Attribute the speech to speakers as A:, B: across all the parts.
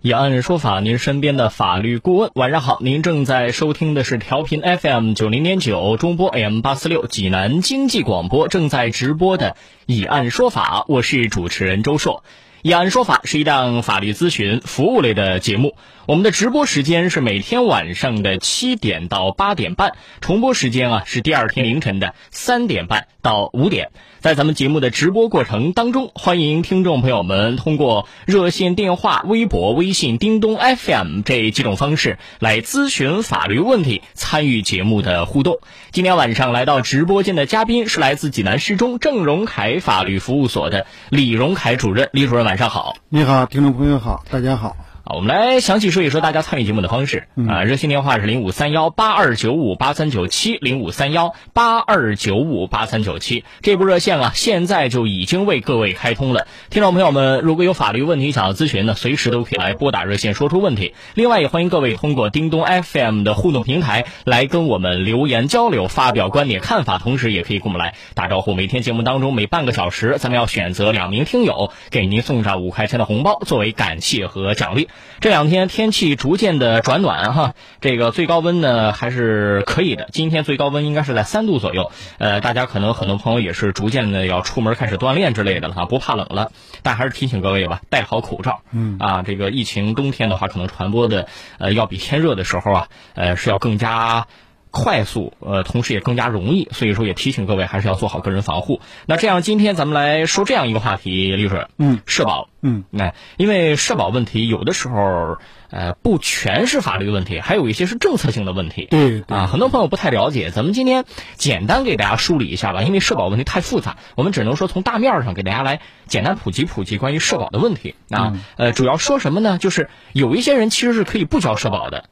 A: 也按说法，您身边的法律顾问。晚上好，您正在收听的是调频 FM 九零点九中波 AM 八四六济南经济广播正在直播的《以案说法》，我是主持人周硕。以案说法是一档法律咨询服务类的节目，我们的直播时间是每天晚上的七点到八点半，重播时间啊是第二天凌晨的三点半到五点。在咱们节目的直播过程当中，欢迎听众朋友们通过热线电话、微博、微信、叮咚 FM 这几种方式来咨询法律问题，参与节目的互动。今天晚上来到直播间的嘉宾是来自济南市中郑荣凯法律服务所的李荣凯主任，李主任晚。晚上好，
B: 你好，听众朋友好，大家好
A: 啊！我们来详细说一说大家参与节目的方式、嗯、啊。热线电话是零五三幺八二九五八三九七零五三幺八二九五八三九七，这部热线啊，现在就已经为各位开通了。听众朋友们，如果有法律问题想要咨询呢，随时都可以来拨打热线说出问题。另外，也欢迎各位通过叮咚 FM 的互动平台来跟我们留言交流，发表观点看法，同时也可以跟我们来打招呼。每天节目当中每半个小时，咱们要选择两名听友，给您送。上五块钱的红包作为感谢和奖励。这两天天气逐渐的转暖哈，这个最高温呢还是可以的。今天最高温应该是在三度左右。呃，大家可能很多朋友也是逐渐的要出门开始锻炼之类的了哈，不怕冷了。但还是提醒各位吧，戴好口罩。
B: 嗯
A: 啊，这个疫情冬天的话，可能传播的呃要比天热的时候啊，呃是要更加。快速，呃，同时也更加容易，所以说也提醒各位还是要做好个人防护。那这样，今天咱们来说这样一个话题，李主任，
B: 嗯，
A: 社保，
B: 嗯，
A: 哎，因为社保问题有的时候，呃，不全是法律问题，还有一些是政策性的问题，
B: 对，对
A: 啊，很多朋友不太了解，咱们今天简单给大家梳理一下吧，因为社保问题太复杂，我们只能说从大面上给大家来简单普及普及关于社保的问题啊，
B: 嗯、
A: 呃，主要说什么呢？就是有一些人其实是可以不交社保的。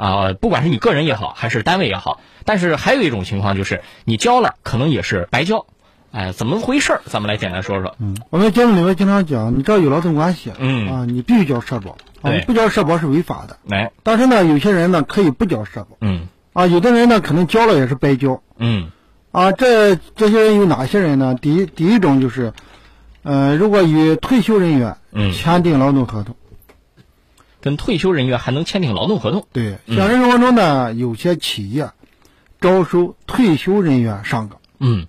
A: 啊、呃，不管是你个人也好，还是单位也好，但是还有一种情况就是你交了，可能也是白交，哎、呃，怎么回事儿？咱们来简单说说。
B: 嗯，我们节目里面经常讲，你只要有劳动关系，
A: 嗯
B: 啊，你必须交社保，啊，
A: 对
B: 你不交社保是违法的。
A: 哎，
B: 但是呢，有些人呢可以不交社保，
A: 嗯
B: 啊，有的人呢可能交了也是白交，
A: 嗯
B: 啊，这这些人有哪些人呢？第一，第一种就是，呃，如果与退休人员
A: 嗯，
B: 签订劳动合同，
A: 跟退休人员还能签订劳动合同。
B: 对，
A: 嗯
B: 现实生活中呢，有些企业招收退休人员上岗。
A: 嗯，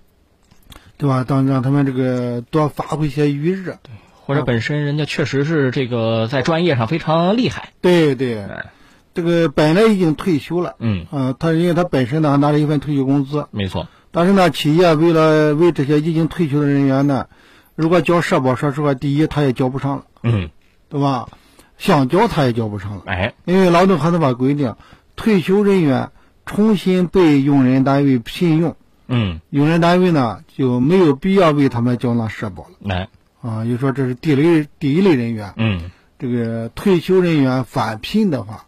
B: 对吧？让让他们这个多发挥些余啊热。
A: 或者本身人家确实是这个在专业上非常厉害。
B: 对对，
A: 哎
B: 这个本来已经退休了，
A: 嗯，
B: 呃，他因为他本身呢拿了一份退休工资，
A: 没错。
B: 但是呢，企业为了为这些已经退休的人员呢，如果交社保，说实话，第一他也交不上了，
A: 嗯，
B: 对吧？想交他也交不上了，
A: 哎，
B: 因为劳动合同法规定，退休人员重新被用人单位聘用，
A: 嗯，
B: 用人单位呢就没有必要为他们缴纳社保了
A: 来，
B: 啊。也就说这是第一类第一类人员。
A: 嗯
B: 这个退休人员返聘的话，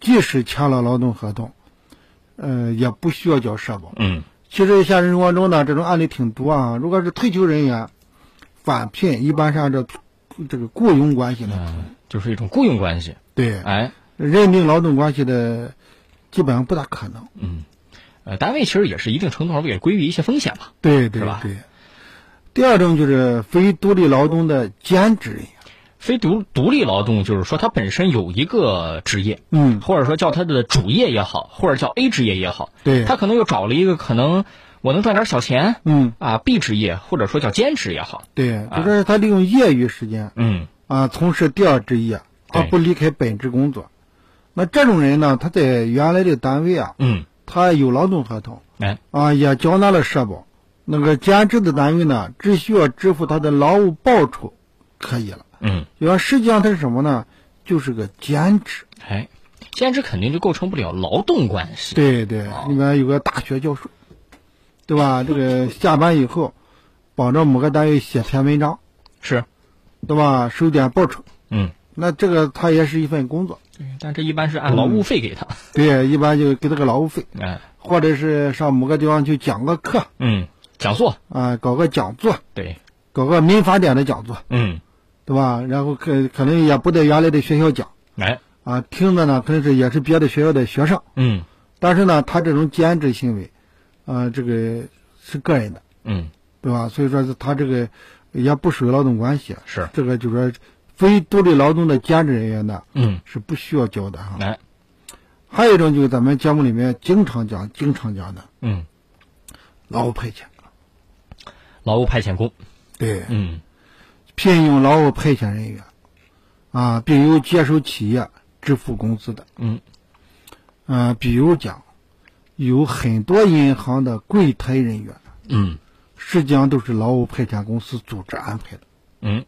B: 即使签了劳动合同，呃，也不需要交社保。
A: 嗯
B: 其实现实生活中呢，这种案例挺多啊。如果是退休人员返聘，一般是按照这个雇佣关系来，
A: 嗯，就是一种雇佣关系。
B: 对，
A: 哎，
B: 认定劳动关系的基本上不大可能。
A: 嗯，呃，单位其实也是一定程度上为了规避一些风险吧。
B: 对对
A: 是吧
B: 对。第二种就是非独立劳动的兼职人员，
A: 非独独立劳动就是说，它本身有一个职业，
B: 嗯，
A: 或者说叫他的主业也好，或者叫 A 职业也好，
B: 对，
A: 他可能又找了一个可能我能赚点小钱
B: 嗯，
A: 啊 B 职业，或者说叫兼职也好，
B: 对，
A: 啊
B: 就是他利用业余时间，
A: 嗯
B: 啊，从事第二职业，
A: 对
B: 而不离开本职工作。那这种人呢，他在原来的单位啊，
A: 嗯，
B: 他有劳动合同，
A: 哎，
B: 啊，也交纳了社保。那个兼职的单位呢，只需要支付他的劳务报酬，可以了。
A: 嗯，
B: 因为实际上他是什么呢？就是个兼职。
A: 哎，兼职肯定就构成不了劳动关系，
B: 对对
A: 哦，
B: 里面有个大学教授，对吧？这个下班以后，绑着某个单位写篇文章，
A: 是，
B: 对吧？收点报酬。
A: 嗯，
B: 那这个他也是一份工作，
A: 但这一般是按
B: 嗯
A: 劳务费给他，
B: 对，一般就给他个劳务费。
A: 哎，
B: 或者是上某个地方去讲个课啊、啊
A: 嗯，讲座，
B: 搞个讲座，
A: 对，
B: 搞个民法典的讲座，
A: 嗯，
B: 对吧？然后可可能也不在原来的学校讲
A: 哎，
B: 啊，听着呢，可能是也是别的学校的学生，
A: 嗯
B: 但是呢，他这种兼职行为，啊、这个是个人的，
A: 嗯，
B: 对吧？所以说是他这个也不属于劳动关系，
A: 是，
B: 这个就说非独立劳动的兼职人员呢，
A: 嗯，
B: 是不需要交的哈。
A: 哎，
B: 还有一种就是咱们节目里面经常讲、经常讲的
A: 嗯，
B: 劳务派遣，
A: 劳务派遣工，
B: 对，
A: 嗯
B: 聘用劳务派遣人员，啊，并由接手企业支付工资的，
A: 嗯
B: 啊，比如讲，有很多银行的柜台人员，
A: 嗯
B: 实际上都是劳务派遣公司组织安排的。
A: 嗯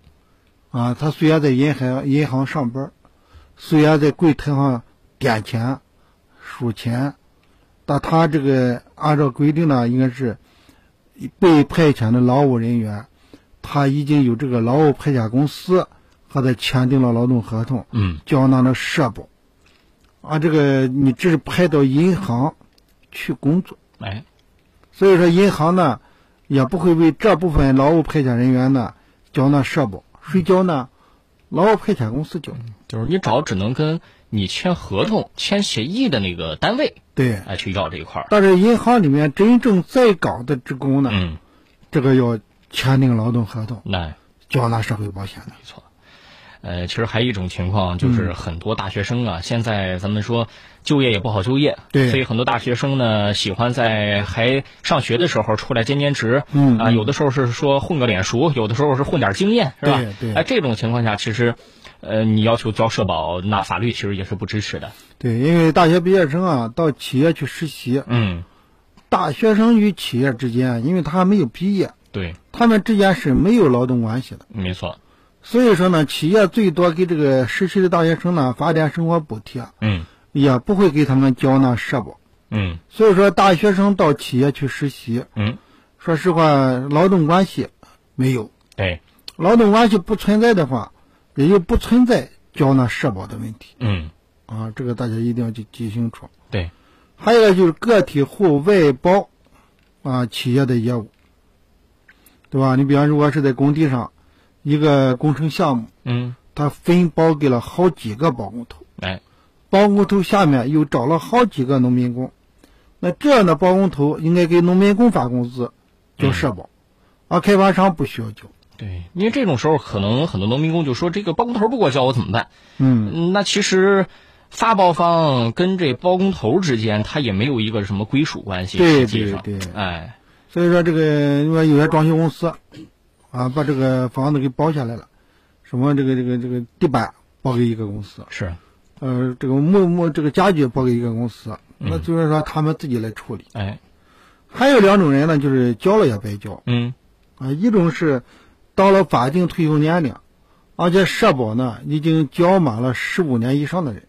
B: 啊，他虽然在银行银行上班，虽然在柜台上点钱、数钱，但他这个按照规定呢，应该是被派遣的劳务人员，他已经有这个劳务派遣公司和他签订了劳动合同，
A: 嗯
B: 缴纳了社保。啊，这个你这是派到银行去工作，
A: 哎，
B: 所以说银行呢也不会为这部分劳务派遣人员呢缴纳社保，谁交呢？劳务派遣公司交。
A: 就是你找只能跟你签合同、签协议的那个单位，
B: 对，
A: 哎，去要这一块儿，
B: 但是银行里面真正在岗的职工呢，
A: 嗯，
B: 这个要签订劳动合同，
A: 那
B: 缴纳社会保险的。
A: 没错。呃，其实还有一种情况，就是
B: 嗯
A: 很多大学生啊，现在咱们说就业也不好就业，
B: 对
A: 所以很多大学生呢，喜欢在还上学的时候出来兼兼职，
B: 嗯
A: 啊，有的时候是说混个脸熟，有的时候是混点经验，是吧？
B: 对对
A: 哎，这种情况下，其实，呃，你要求交社保，那法律其实也是不支持的。
B: 对，因为大学毕业生啊到企业去实习，
A: 嗯，
B: 大学生与企业之间，啊因为他还没有毕业，
A: 对，
B: 他们之间是没有劳动关系的。
A: 没错。
B: 所以说呢，企业最多给这个实习的大学生呢发点生活补贴，啊
A: 嗯
B: 也不会给他们交纳社保。
A: 嗯
B: 所以说，大学生到企业去实习，
A: 嗯，
B: 说实话，劳动关系没有，
A: 对，
B: 劳动关系不存在的话，也就不存在交纳社保的问题
A: 嗯
B: 啊，这个大家一定要去记清楚。
A: 对，
B: 还有一个就是个体户外包啊企业的业务，对吧？你比方如果是在工地上一个工程项目，
A: 嗯
B: 他分包给了好几个包工头。
A: 哎
B: 包工头下面又找了好几个农民工，那这样的包工头应该给农民工发工资，交社保，而啊开发商不需要交。
A: 对，因为这种时候可能很多农民工就说这个包工头不给我交，我怎么办？
B: 嗯，
A: 嗯，那其实发包方跟这包工头之间，他也没有一个什么归属关系。
B: 对
A: 实际上
B: 对对
A: 哎，
B: 所以说这个因为有些装修公司，啊，把这个房子给包下来了，什么这个这个这个地板包给一个公司，
A: 是，
B: 呃，这个木木这个家具包给一个公司，
A: 嗯
B: 那就是说他们自己来处理。
A: 哎，
B: 还有两种人呢，就是交了也白交，
A: 嗯
B: 啊，一种是到了法定退休年龄，而且社保呢已经交满了十五年以上的人。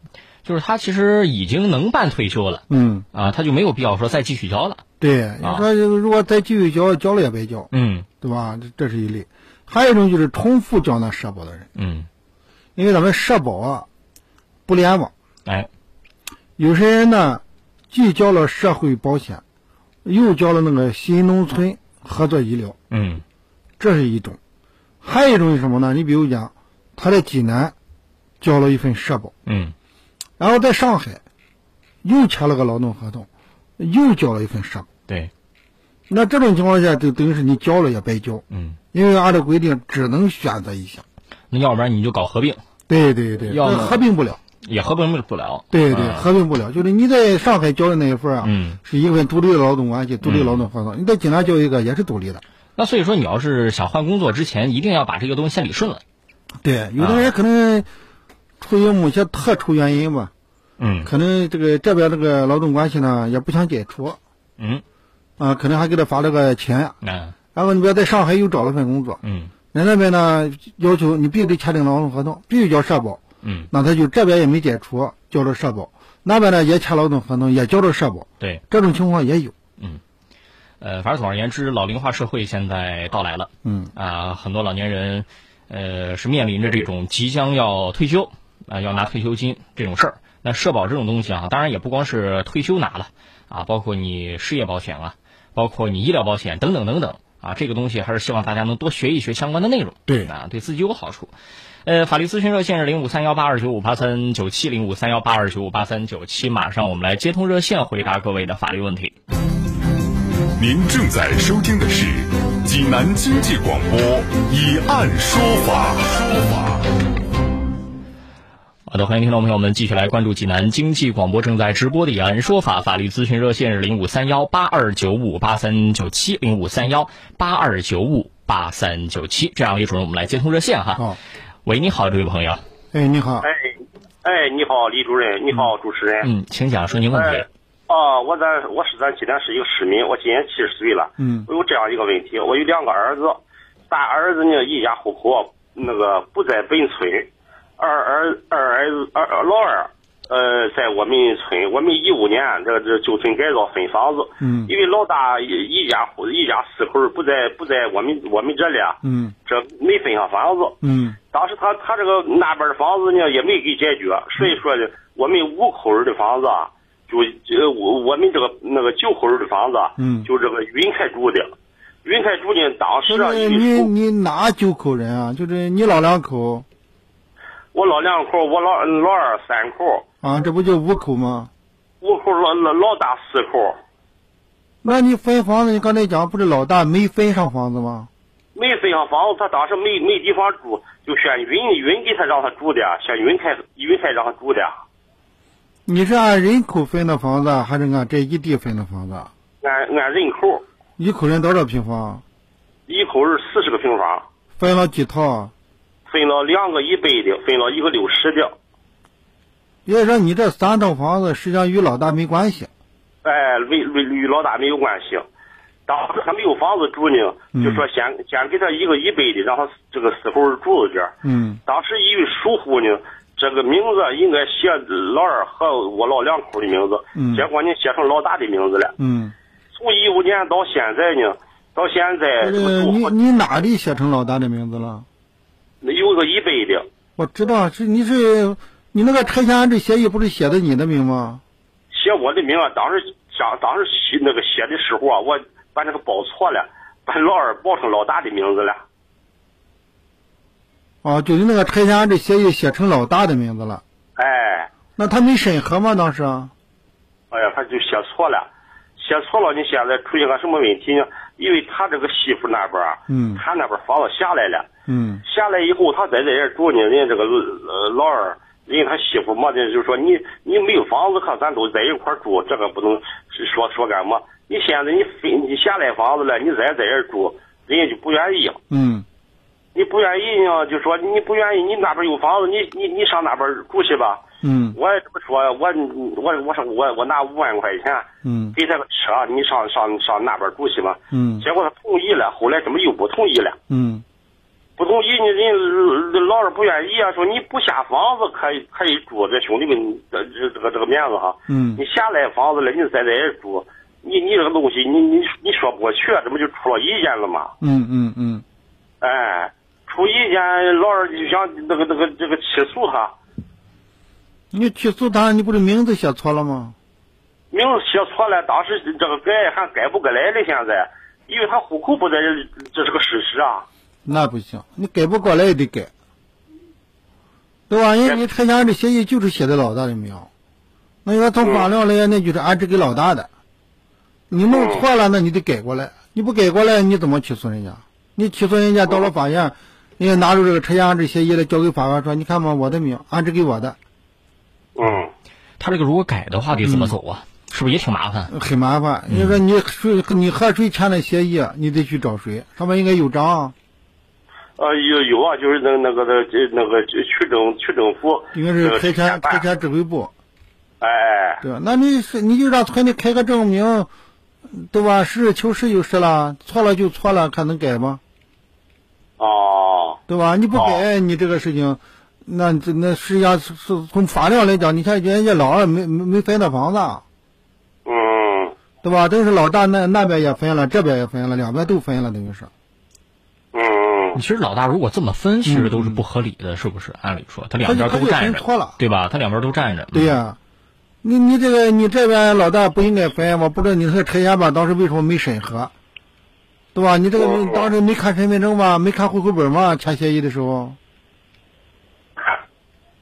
A: 就是他其实已经能办退休了
B: 嗯，
A: 啊，他就没有必要说再继续交了。
B: 对，你说如果再继续交，交了也白交，
A: 嗯
B: 对吧？这这是一类。还有一种就是重复缴纳社保的人，
A: 嗯，
B: 因为咱们社保啊不联网，
A: 哎，
B: 有些人呢既交了社会保险，又交了那个新农村合作医疗，
A: 嗯
B: 这是一种。还有一种是什么呢？你比如讲，他在济南交了一份社保。
A: 嗯
B: 然后在上海又签了个劳动合同，又交了一份社保。
A: 对，
B: 那这种情况下，就等于是你交了也白交，
A: 嗯，
B: 因为按照规定只能选择一项。
A: 那要不然你就搞合并，
B: 对对对，
A: 要么啊
B: 这合并不了。
A: 也合并不了。
B: 对对，
A: 啊
B: 合并不了，就是你在上海交的那一份啊，
A: 嗯
B: 是一份独立劳动关系、独立劳动合同；你在济南交一个也是独立的。
A: 那所以说，你要是想换工作之前，一定要把这个东西先理顺了。啊
B: 对，有的人可能出于某些特殊原因吧，
A: 嗯
B: 可能这个这边这个劳动关系呢也不想解除，
A: 嗯，
B: 啊，可能还给他发了个钱，
A: 那
B: 然后你别在上海又找了份工作，
A: 嗯
B: 人那边呢要求你必须得签订劳动合同，必须交社保，
A: 嗯，
B: 那他就这边也没解除，交了社保，那边呢也签劳动合同，也交了社保，
A: 对，
B: 这种情况也有。
A: 呃，反正总而言之，老龄化社会现在到来了。
B: 嗯，
A: 啊，很多老年人，呃，是面临着这种即将要退休啊、要拿退休金这种事儿。那社保这种东西啊，当然也不光是退休拿了啊，包括你失业保险啊，包括你医疗保险等等等等啊，这个东西还是希望大家能多学一学相关的内容，
B: 对
A: 啊，对自己有好处。呃，法律咨询热线是零五三幺八二九五八三九七零五三幺八二九五八三九七，马上我们来接通热线回答各位的法律问题。
C: 您正在收听的是济南经济广播《以案说法》。
A: 好的，欢迎听众朋友们继续来关注济南经济广播正在直播的《雅安说法》法律咨询热线是零五三幺八二九五八三九七零五三幺八二九五八三九七。这样，一主任，我们来接通热线哈。
B: 好，
A: 喂，你好，这位朋友，
B: 哎，你好，
D: 哎，哎，你好，李主任，你好，主持人。
A: 嗯，请讲，说您问题
D: 哎。，啊，我咱我是咱济南市一个市民，我今年七十岁了。
B: 嗯
D: 我有这样一个问题，我有两个儿子，大儿子呢一家户口那个不在本村，二儿二儿子二二老二。呃，在我们村，我们一五年这个这旧村改造分房子，
B: 嗯
D: 因为老大一一家户一家四口儿不在不在我们我们这里啊，
B: 嗯
D: 这没分上房子，
B: 嗯
D: 当时他他这个那边的房子呢也没给解决，所
B: 嗯
D: 以说呢，我们五口人的房子啊，就呃我我们这个那个九口人的房子啊，
B: 嗯
D: 就这个云开住的，云开住呢，当时
B: 就
D: 啊，
B: 是
D: 一
B: 你
D: 出
B: 你哪九口人啊？就是你老两口
D: 我老两口，我老嗯老二三口，
B: 啊，这不就五口吗？
D: 五口老老老大四口，
B: 那你分房子，你刚才讲不是老大没分上房子吗？
D: 没分上房子，他当时没没地方住，就选云云给他让他住的，啊选云开云开让他住的，啊
B: 你是按人口分的房子，还是按这一地分的房子？
D: 按按人口，
B: 一口人多少平方？
D: 一口人四十个平方，
B: 分了几套？
D: 分了两个一百的，分了一个六十的。
B: 也就是说，你这三套房子实际上与老大没关系。
D: 哎，没没与老大没有关系。当时还没有房子住呢，
B: 嗯
D: 就说先先给他一个一百的，让他这个死口住着点儿。
B: 嗯
D: 当时因为疏忽呢，这个名字应该写老二和我老两口的名字，
B: 嗯
D: 结果呢写成老大的名字了。
B: 嗯，
D: 从一五年到现在呢，到现
B: 这
D: 在这
B: 个
D: 个住
B: 呃你
D: 户
B: 你哪里写成老大的名字了？
D: 有个一百的，
B: 我知道是你是你那个拆迁安置协议不是写的你的名吗？
D: 写我的名啊，当时想当时写那个写的时候啊，我把那个报错了，把老二报成老大的名字了。
B: 啊，就是那个拆迁安置协议写成老大的名字了。
D: 哎。
B: 那他没审核吗？当时啊
D: 哎呀，他就写错了，写错了。你现在出现个什么问题呢？因为他这个媳妇那边儿，啊
B: 嗯
D: 他那边儿房子下来了，
B: 嗯
D: 下来以后他在这儿住呢，人家这个呃老二，人家他媳妇嘛，这就说你你没有房子看，咱都在一块儿住，这个不能说说干嘛？你现在你分你下来房子了，你再在这儿住，人家就不愿意。
B: 嗯
D: 你不愿意呢，就说你不愿意，你那边儿有房子，你你你上那边儿住去吧。
B: 嗯
D: 我也这么说，我我我上我我拿五万块钱。
B: 嗯
D: 给他个车，你上上上那边住去吧。
B: 嗯
D: 结果他同意了，后来怎么又不同意了？
B: 嗯
D: 不同意呢，人家老二不愿意啊，说你不下房子可以可以住，这兄弟们这这这个这个面子哈。
B: 嗯
D: 你下来房子了，你再在这住，你你这个东西，你你你说不过去，啊这不就出了意见了吗？
B: 嗯嗯嗯
D: 哎，出意见，老二就想那个那个这个起诉他，
B: 你起诉他，你不是名字写错了吗？
D: 名字写错了，当时这个改还改不过来了，现在，因为他户口不在这，这是个事实啊。
B: 那不行，你改不过来也得改，对吧？因为你拆迁安置协议就是写的老大的名，那你要从法律上来，那就是安置给老大的。你弄错了，那你得改过来，你不改过来，你怎么起诉人家？你起诉人家到了法院，人家拿出这个拆迁安置协议来交给法官说，你看嘛，我的名安置给我的，
D: 嗯，
A: 他这个如果改的话，得怎么走
B: 嗯
A: 啊？是不是也挺麻烦？
B: 很麻烦。你说你谁你和谁签的协议，你得去找谁，上面应该有章啊，
D: 呃，有有啊，就是那那个那这那个区政区政府，
B: 应该
D: 呃
B: 是拆
D: 检
B: 迁
D: 办
B: 拆迁指挥部。
D: 哎，
B: 对吧？那你是你就让村里开个证明，对吧？实事求是就是了，错了就错了，看能改吗？
D: 哦，
B: 对吧？你不改，你这个事情，那这那实际上是是从法律上来讲，你看人家老二没没没分到房子，啊
D: 嗯
B: 对吧？真是老大那那边也分了，这边也分了，两边都分了，等于是。
D: 嗯，
A: 其实老大如果这么分，其实都是不合理的，是不是？按理说，他两边
B: 他
A: 都
B: 就
A: 站
B: 分错
A: 着
B: 了，
A: 对吧？他两边都站着，
B: 对呀、
D: 嗯
B: 你你这个你这边老大不应该分，我不知道你这个拆迁吧，当时为什么没审核，对吧？你这个你当时没看身份证吧，没看户口本吗？签协议的时候，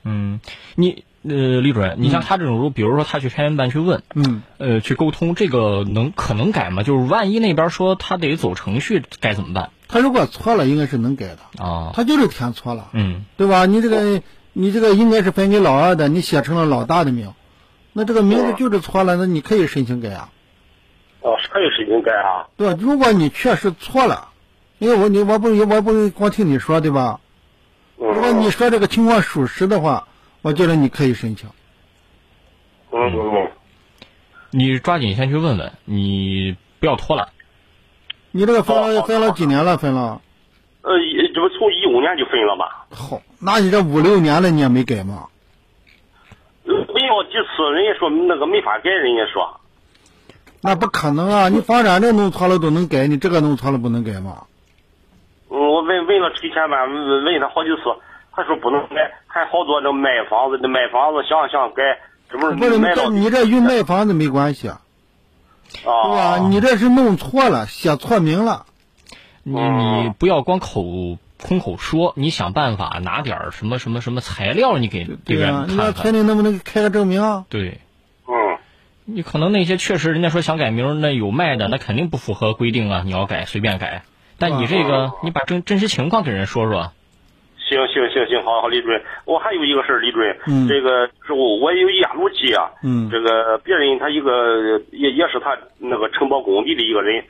A: 嗯，你呃，李主任，你像他这种，如果比如说他去拆迁办去问，
B: 嗯。
A: 呃，去沟通，这个能可能改吗？就是万一那边说他得走程序，该怎么办
B: 他如果错了，应该是能改的。
A: 啊？
B: 他就是填错了，
A: 嗯
B: 对吧？你这个你这个应该是分给老二的，你写成了老大的名，那这个名字就是错了，那你可以申请改啊，
D: 哦，是可以是应该啊，
B: 对吧？如果你确实错了，因为我你我不我不光听你说对吧？
D: 嗯，
B: 如果你说这个情况属实的话，我觉得你可以申请。
D: 嗯嗯
A: 你抓紧先去问问，你不要拖了。
B: 你这个分了分了几年了？分了，
D: 呃，一这不从一五年就分了吧？
B: 好，那你这五六年了你也没改吗？
D: 呃没有几次，人家说那个没法改，人家说，
B: 那不可能啊！你房产证弄错了都能改，你这个弄错了不能改吗？
D: 嗯，我问问了崔前吧，问问他好几次，他说不能改，还好多那卖房子的卖房子想想改，这不是
B: 不是，你
D: 卖
B: 这
D: 到
B: 你这与卖房子没关系，对吧？
D: 啊？
B: 你这是弄错了，写错名了。
A: 你
D: 哦
A: 你不要光口空口说，你想办法拿点儿什么什么什么材料，你给这边
B: 呀、你
A: 看
B: 那村
A: 看。
B: 里能不能开个证明啊？
A: 对
D: 嗯
A: 你可能那些确实人家说想改名儿，那有卖
B: 嗯
A: 的，那肯定不符合规定啊，你要改随便改。但你这个，你把真真实情况给人说说。
D: 行行行行，好好，李主任，我还有一个事儿，李主任，
B: 嗯
D: 这个是我我也有压路机啊，
B: 嗯
D: 这个别人他一个也也是他那个承包工地的一个人，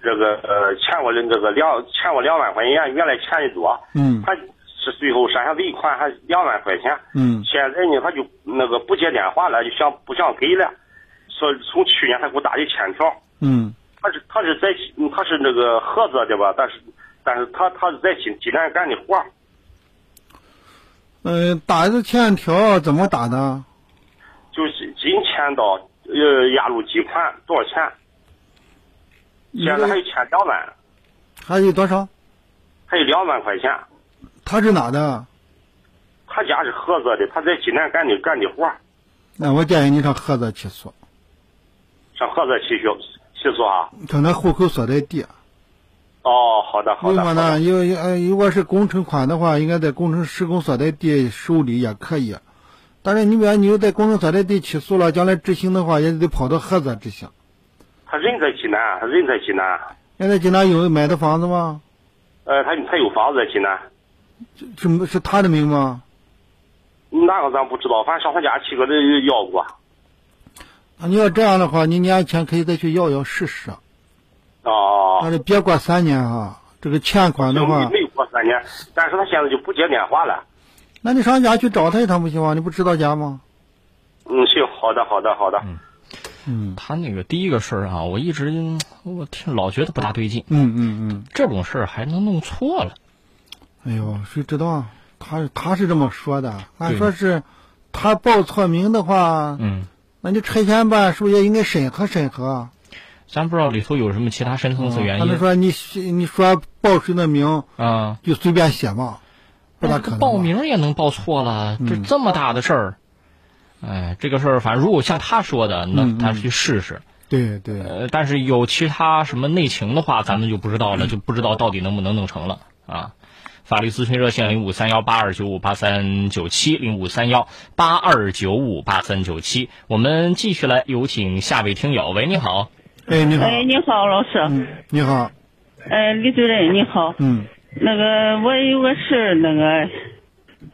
D: 这个呃欠我的这个两欠我两万块钱，原来欠的多，
B: 嗯
D: 他是最后山下尾款还两万块钱，
B: 嗯
D: 现在呢他就那个不接电话了，就想不想给了，说从去年他给我打的欠条，
B: 嗯
D: 他是他是在嗯他是那个菏泽的吧，但是但是他他是在济济南干的活儿。
B: 嗯、呃打的欠条怎么打的？
D: 就是仅欠到呃押入几款多少钱？
B: 你
D: 现在还有
B: 这
D: 欠两万，
B: 还有多少？
D: 还有两万块钱。
B: 他是哪的？
D: 他家是菏泽的，他在济南干的干的活儿，
B: 那我建议你上菏泽起诉，
D: 上菏泽去学去做啊。
B: 看他户口所在地。啊
D: 哦，好的，好
B: 如
D: 的，好
B: 果
D: 的
B: 呢，有有呃，如果是工程款的话，应该在工程施工所在地受理也可以。啊但是你比方你又在工程所在地起诉了，将来执行的话也得跑到菏泽执行。
D: 他人在济南，他人在济南，
B: 现在济南有买的房子吗？
D: 呃，他他有房子在济南，
B: 是是他的名吗？
D: 哪个咱不知道，反正上他家去给他要过。
B: 啊你要这样的话，你年前可以再去要要试试，
D: 哦，
B: 但是别过三年啊。这个欠款的
D: 没
B: 话，
D: 没有过三年，但是他现在就不接电话了。
B: 那你上家去找他一趟不行吗？你不知道家吗？
D: 嗯，行，好的，好的，好的。
B: 嗯
A: 他那个第一个事儿啊，我一直嗯我听老觉得不大对劲，
B: 嗯嗯
A: 这种事儿还能弄错了？
B: 嗯。哎呦，谁知道啊？他他是这么说的，按
A: 对
B: 说是他报错名的话，
A: 嗯，
B: 那就拆迁办是不是也应该审核审核？
A: 咱不知道里头有什么其他深层次原
B: 嗯他们
A: 因
B: 说你你说报谁的名
A: 啊。
B: 就随便写嘛，不大可能吧。啊嗯
A: 报名也能报错了，这这么大的事儿，哎，这个事儿反正如果像他说的，
B: 嗯
A: 那他去试试。
B: 对对，
A: 呃，但是有其他什么内情的话，咱们就不知道
B: 嗯
A: 了，就不知道到底能不能弄成了啊。法律咨询热线零五三幺八二九五八三九七零五三幺八二九五八三九七，我们继续来有请下位听友。喂，你好，
B: 哎你好，
E: 哎，你好，老师。
B: 嗯你好，
E: 哎，李主任，你好。
B: 嗯
E: 那个，我有个事儿，那个，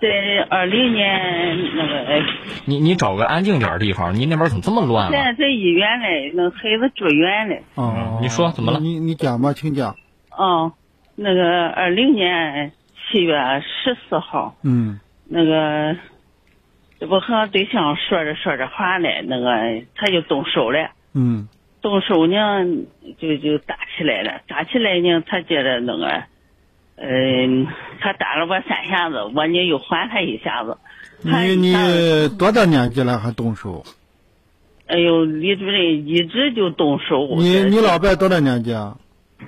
E: 在二零年，那个，哎
A: 你你找个安静点儿地方，您那边怎么这么乱啊
E: 现
A: 了？
E: 在在医院嘞，那孩子住院嘞。
B: 哦，
A: 嗯你说怎么了
B: 你你讲吧，请讲。
E: 哦，那个二零年七月十四号，
B: 嗯
E: 那个，这不和对象说着说着话嘞，那个他就动手了。
B: 嗯
E: 动手呢，就就打起来了。打起来呢，他觉得那个，嗯、他打了我三下子，我呢又还他一下子。他
B: 你你多大年纪了还动手？
E: 哎呦，李主任一直就动手。
B: 你你老伴多大年纪啊？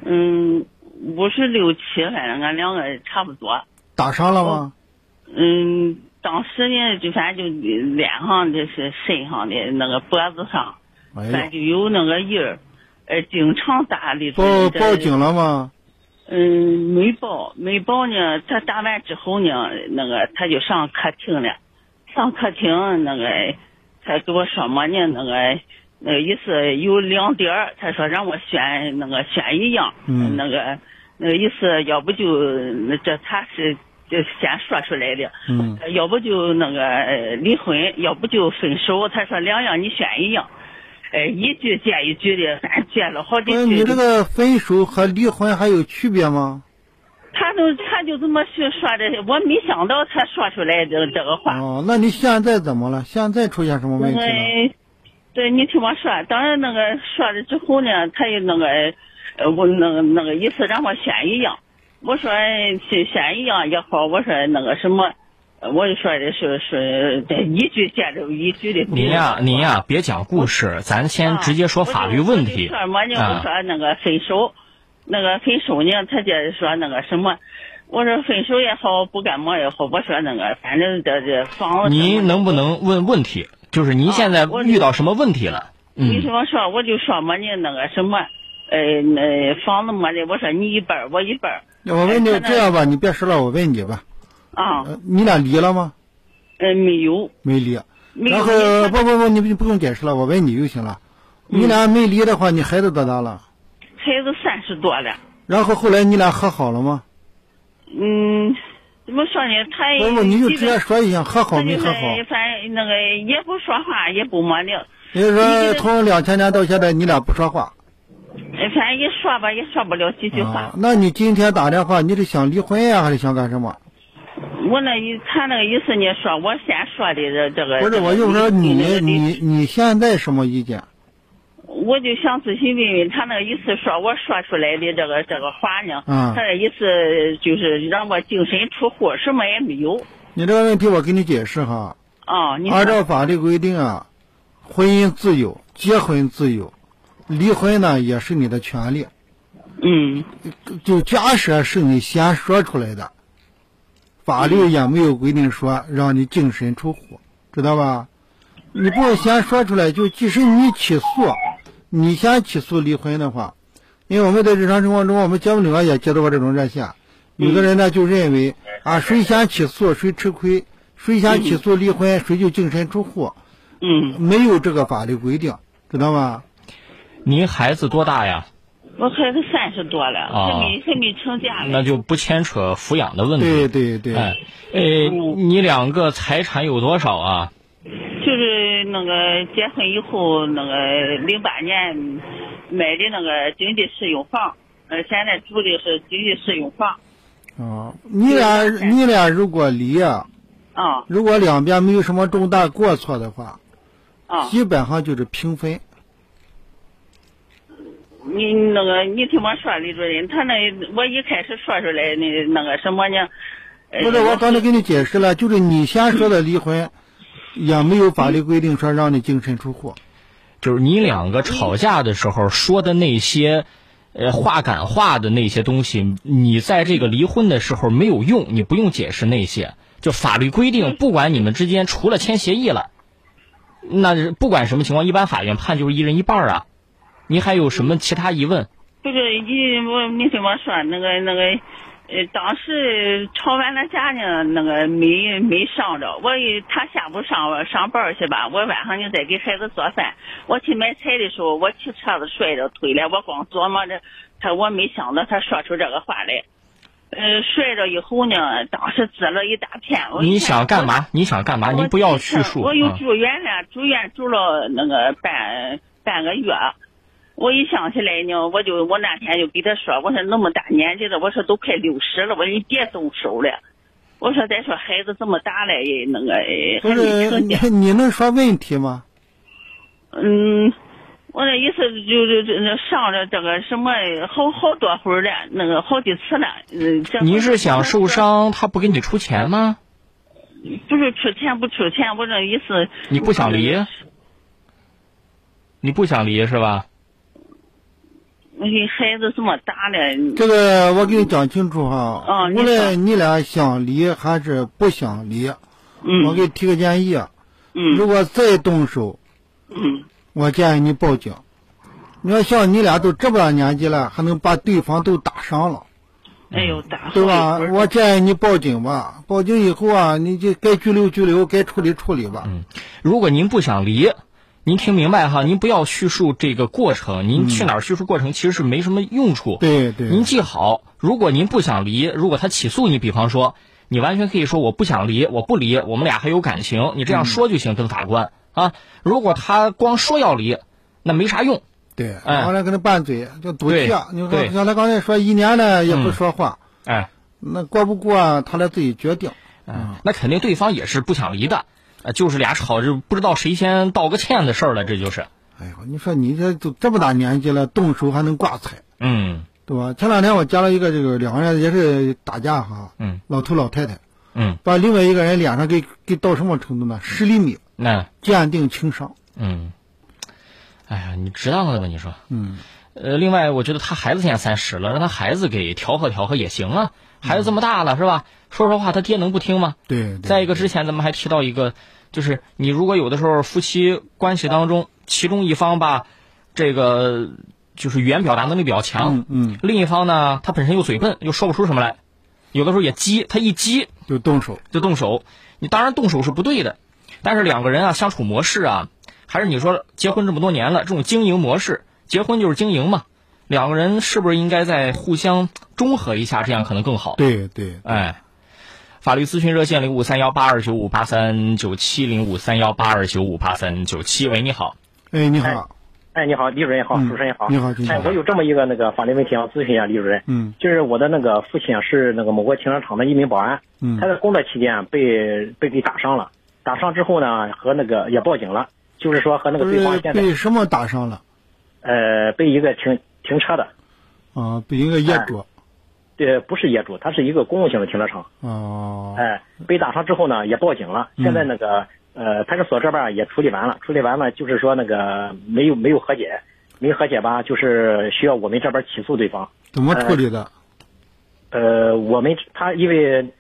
E: 嗯，五十六七，反正俺两个差不多。
B: 打伤了吗？
E: 嗯，当时呢，就反正就脸上就是身上的那个脖子上，
B: 哎
E: 反正
B: 呀，
E: 就有那个印儿。呃，经常打李主
B: 报
E: 任
B: 报警了吗？
E: 嗯，没报，没报呢。他打完之后呢，那个他就上客厅了，上客厅那个，他给我说嘛呢，那个那个意思有两点儿，他说让我选那个选一样，
B: 嗯
E: 那个那个意思要不就那这他是就先说出来的。
B: 嗯
E: 呃要不就那个呃离婚，要不就分手。他说两样你选一样，哎，一句接一句的，咱接了好几
B: 不是
E: 句
B: 哎你这
E: 的。
B: 个分手和离婚还有区别吗？
E: 他都他就这么去说的，我没想到他说出来这这个话。
B: 哦，那你现在怎么了？现在出现什么
E: 那
B: 问题
E: 个
B: 了？，
E: 对你听我说，当然那个说了之后呢，他又那个，呃，我那个那个意思让我选一样，我说选选一样也好，我说那个什么，呃我就说的是是这一句接着一句的。
A: 您呀，您呀，别讲故事，咱先直接说法律问
E: 啊我
A: 题
E: 就说嘛呢，我
A: 啊。
E: 说那个分手，那个分手呢，他就是说那个什么，我说分手也好，不干嘛也好，我说那个反正这这房子。
A: 您能不能问问题？就是您现在
E: 啊我
A: 遇到什么问题了？
E: 你
A: 嗯
E: 怎么说？我就说嘛呢，那个什么，呃，那房子嘛的，我说你一半儿，我一半儿
B: 我问你
E: 哎现在
B: 这样吧，你别说了，我问你吧，
E: 啊，
B: 呃你俩离了吗？
E: 呃，没有，
B: 没离。
E: 没有
B: 然
E: 你
B: 后
E: 看
B: 不不不，你不不用解释了，我问你就行了。
E: 嗯
B: 你俩没离的话，你孩子多大了？
E: 孩子三十多了，
B: 然后后来你俩和好了吗？
E: 嗯，怎么说呢？他
B: 不不，你就直接说一下和好
E: 他
B: 没
E: 就
B: 和好。
E: 是反正那个也不说话，也不么的，
B: 也就是
E: 你
B: 说，
E: 这个
B: 从两千年到现在，你俩不说话。
E: 呃反正一说吧，也说不了几句
B: 啊
E: 话。，
B: 那你今天打电话，你是想离婚呀，还是想干什么？
E: 我那一他那个意思呢，说我先说的这这个。
B: 不是，
E: 这个
B: 我就说
E: 离
B: 哎你
E: 那个离
B: 你你现在什么意见？
E: 我就想咨询问问他那个意思，说我说出来的这个这个话呢，
B: 嗯
E: 他的意思就是让我净身出户，什么也没有。
B: 你这个问题我给你解释哈。
E: 啊、你
B: 按
E: 说
B: 照法律规定啊，婚姻自由，结婚自由，离婚呢也是你的权利。
E: 嗯
B: 就假设是你先说出来的，法律也没有规定说让你净身出户，知道吧？你不先说出来，就即使你起诉，你先起诉离婚的话，因为我们在日常生活中，我们节目里面也接到过这种热线，有的人呢就认为啊，谁先起诉谁吃亏，谁先起诉离婚谁就净身出户，
E: 嗯，
B: 没有这个法律规定，知道吧？
A: 您孩子多大呀？
E: 我孩子三十多了，
A: 啊
E: 还没还没成家呢。
A: 那就不牵扯抚养的问
B: 对对
A: 题。
B: 对，
A: 哎，呃，你两个财产有多少啊？
E: 就是那个结婚以后，那个零八年买的那个经济适用房，呃，现在住的是经济适用房。
B: 啊，你俩你俩如果离啊。
E: 啊
B: 如果两边没有什么重大过错的话，
E: 啊，
B: 基本上就是平分。
E: 你那个你听我说，李主任，他那我一开始说出来那那个什么呢？呃
B: 不是，我刚才给你解释了，就是你先说的离婚，也没有法律规定说让你净身出户。
A: 就是你两个吵架的时候说的那些，呃，话赶话的那些东西，你在这个离婚的时候没有用，你不用解释那些。就法律规定，不管你们之间除了签协议了，那是不管什么情况，一般法院判就是一人一半儿啊。您还有什么其他疑问？
E: 不是你我你听我说，那个那个，呃，当时吵完了架呢，那个呃没没上着，我一他下午上上班去吧，我晚上就在给孩子做饭。我去买菜的时候，我骑车子摔着腿了，我光琢磨着他，我没想到他说出这个话来。呃，摔着以后呢，当时紫了一大片。哦我一
A: 你
E: 看
A: 想干嘛？你想干嘛？
E: 我
A: 您不要
E: 记
A: 叙
E: 得
A: 述。
E: 我又
A: 啊
E: 住院了，住院住了那个半半个月。我一想起来呢，我就我那天就给他说，我说那么大年纪了，我说都快六十了，我说你别动手了，我说再说孩子这么大了，也那个也
B: 不
E: 还没
B: 是
E: 成
B: 你
E: 家，
B: 你能说问题吗？
E: 嗯，我那意思就是这这上着这个什么好好多回儿了，那个好几次了，嗯，这
A: 您是想受？伤，他不给你出钱吗？
E: 不是出钱不出钱，我这意思
A: 你不想离？你不想离是吧？
E: 你孩子这么大了，
B: 这个我给你讲清楚哈。
E: 哦
B: 无
E: 你说
B: 论你俩想离还是不想离，
E: 嗯，
B: 我给你提个建议，啊
E: 嗯
B: 如果再动手，
E: 嗯。
B: 我建议你报警。你要像你俩都这么大年纪了，还能把对方都打伤了。
E: 哎呦，打
B: 对吧
E: 好一会？儿
B: 我建议你报警吧，报警以后啊，你就该拘留拘留，该处理处理吧。
A: 嗯如果您不想离，您听明白哈，您不要叙述这个过程，您去哪儿叙述过程其实是没什么用处。
B: 嗯对对
A: 您记好，如果您不想离，如果他起诉你，比方说你完全可以说我不想离，我不离，我们俩还有感情，你这
B: 嗯
A: 样说就行，跟法官啊。如果他光说要离，那没啥用。
B: 对，
A: 哎
B: 完了跟他拌嘴，就赌气啊。
A: 对
B: 你
A: 对
B: 看，像他刚才说一年呢也不
A: 嗯
B: 说话，
A: 哎，
B: 那过不过啊他来自己决定。
A: 嗯那肯定对方也是不想离的，呃，就是俩吵着不知道谁先道个歉的事儿了，这就是。
B: 哎呦，你说你这都这么大年纪了，动手还能挂彩，
A: 嗯
B: 对吧？前两天我加了一个这个两个人也是打架哈，
A: 嗯
B: 老头老太太
A: 嗯，
B: 把另外一个人脸上给给到什么程度呢？十厘米，
A: 那
B: 鉴定轻伤。
A: 嗯，哎呀，你值当的吧？你说。
B: 嗯，
A: 呃，另外，我觉得他孩子现在三十了，让他孩子给调和调和也行啊。孩子这么大了，是吧？说说话，他爹能不听吗？
B: 对。对
A: 再一个，之前咱们还提到一个，就是你如果有的时候夫妻关系当中，其中一方吧，这个就是语言表达能力比较强，
B: 嗯嗯，
A: 另一方呢，他本身又嘴笨，又说不出什么来，有的时候也急，他一急
B: 就动手。
A: 就动手。你当然动手是不对的，但是两个人啊相处模式啊，还是你说结婚这么多年了，这种经营模式，结婚就是经营嘛，两个人是不是应该再互相中和一下，这样可能更好？
B: 对对，
A: 哎，法律咨询热线零五三幺八二九五八三九七零五三幺八二九五八三九七。喂，你好。
B: 哎，你好，
F: 哎，你好，李主任也好，
B: 嗯
F: 主持人也好。
B: 你好主持人
F: 哎，我有这么一个那个法律问题要咨询一下李主任。
B: 嗯
F: 就是我的那个父亲啊，是那个某个停车场的一名保安，
B: 嗯
F: 他在工作期间啊被被给打伤了，打伤之后呢，和那个也报警了，就是说和那个
B: 不
F: 对方
B: 是
F: 现在
B: 被什么打伤了
F: 呃被一个停停车的，
B: 啊？被一个
F: 哎
B: 业主
F: 呃不是业主，他是一个公共性的停车场，
B: 啊。
F: 哎、被打伤之后呢也报警了，现在那个呃派出所这边儿也处理完了，处理完了就是说那个没有没有和解，没和解吧，就是需要我们这边起诉对方。
B: 怎么处理
F: 哎
B: 的？
F: 呃，我们他因为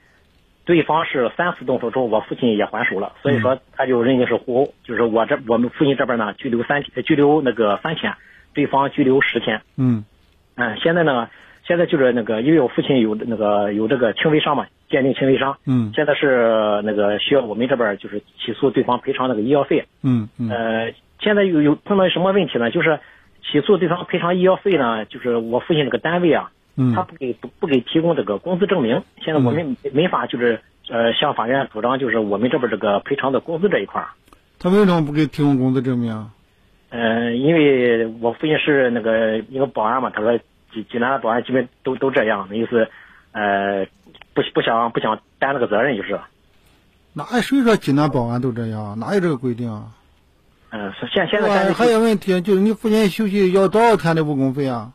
F: 对方是三次动手之后，我父亲也还手了，所以说他就认定是互殴，就是我这我们父亲这边呢拘留三天，呃拘留那个三天，对方拘留十天。
B: 嗯
F: 嗯，现在呢，现在就是那个因为我父亲有那个有这个轻微伤嘛，鉴定轻微伤，
B: 嗯
F: 现在是那个需要我们这边就是起诉对方赔偿那个医药费。
B: 嗯嗯
F: 呃，现在有有碰到什么问题呢？就是起诉对方赔偿医药费呢，就是我父亲这个单位啊，
B: 嗯
F: 他不给不不给提供这个工资证明。现在我们没没法就是呃向法院主张，就是我们这边这个赔偿的工资这一块儿。
B: 他为什么不给提供工资证明啊？
F: 呃，因为我父亲是那个一个保安嘛，他说济济南的保安基本都都这样，意思呃不不想不想担这个责任就是。
B: 哪谁说济南保安都这样？哪有这个规定啊？
F: 嗯、现现在
B: 哇
F: 现在
B: 还有问题，啊就是你父亲休息要多少天的误工费啊？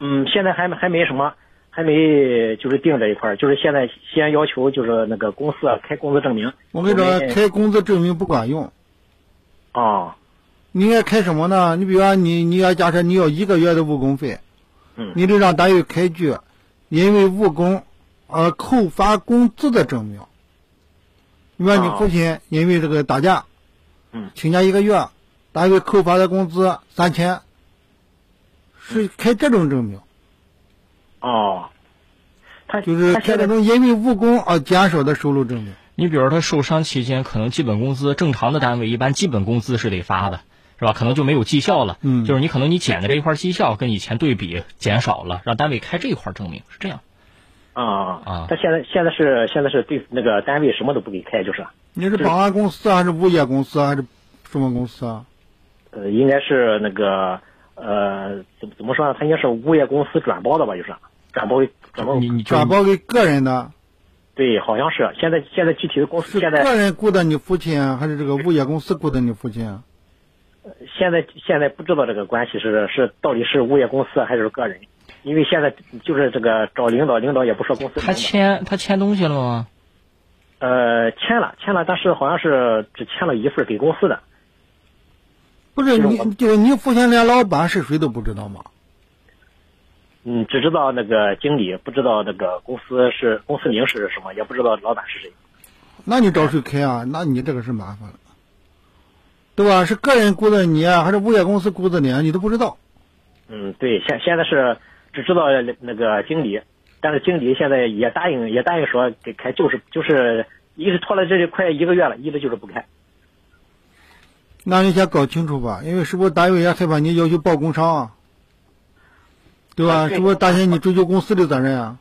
F: 嗯，现在还没还没什么，还没就是定这一块儿，就是现在先要求就是那个公司啊开工资证明。
B: 我跟你说，
F: 们
B: 开工资证明不管用，
F: 哦，
B: 你应该开什么呢？你比方你你要假设你要一个月的误工费，
F: 嗯
B: 你得让单位开具因为误工而扣发工资的证明。你说你
F: 哦
B: 父亲因为这个打架，
F: 嗯
B: 请假一个月，单位扣发的工资三千，是开这种证明，
F: 哦，他
B: 就是
F: 他
B: 开
F: 现
B: 这
F: 在
B: 种因为误工而减少的收入证明。
A: 你比如说他受伤期间，可能基本工资正常的单位一般基本工资是得发的，是吧？可能就没有绩效了，
B: 嗯
A: 就是你可能你减的这一块绩效跟以前对比减少了，让单位开这一块证明是这样。
F: 啊
A: 啊
F: 他现在现在是现在是对那个单位什么都不给开，就是
B: 你是保安公司啊还是物业公司啊还是什么公司啊？
F: 呃应该是那个呃怎么怎么说呢？他应该是物业公司转包的吧，就是转包转包
A: 你你就
B: 转包给个人的，
F: 对，好像是现在现在具体的公司
B: 是
F: 现在
B: 个人雇的你父亲啊，还是这个物业公司雇的你父亲啊？
F: 现在现在不知道这个关系是是到底是物业公司还是个人，因为现在就是这个找领导，领导也不说公司
A: 他
F: 名字，
A: 签他签东西了吗？
F: 呃，签了签了，但是好像是只签了一份给公司的，
B: 不是
F: 是
B: 你
F: 我，
B: 就是你父亲连老板是谁都不知道吗？
F: 嗯，只知道那个经理，不知道那个公司是公司名是什么，也不知道老板是谁。
B: 那你找谁开啊？那你这个是麻烦了，对吧？是个人雇的你啊，还是物业公司雇的你啊？你都不知道。
F: 嗯，对，现现在是只知道那个经理，但是经理现在也答应也答应说给开，就是就是一直拖了这就快一个月了，一直就是不开。
B: 那你先搞清楚吧，因为是不是单位也害怕你要求报工伤啊？对吧？
F: 啊对
B: 是不是担心你追究公司的责任啊？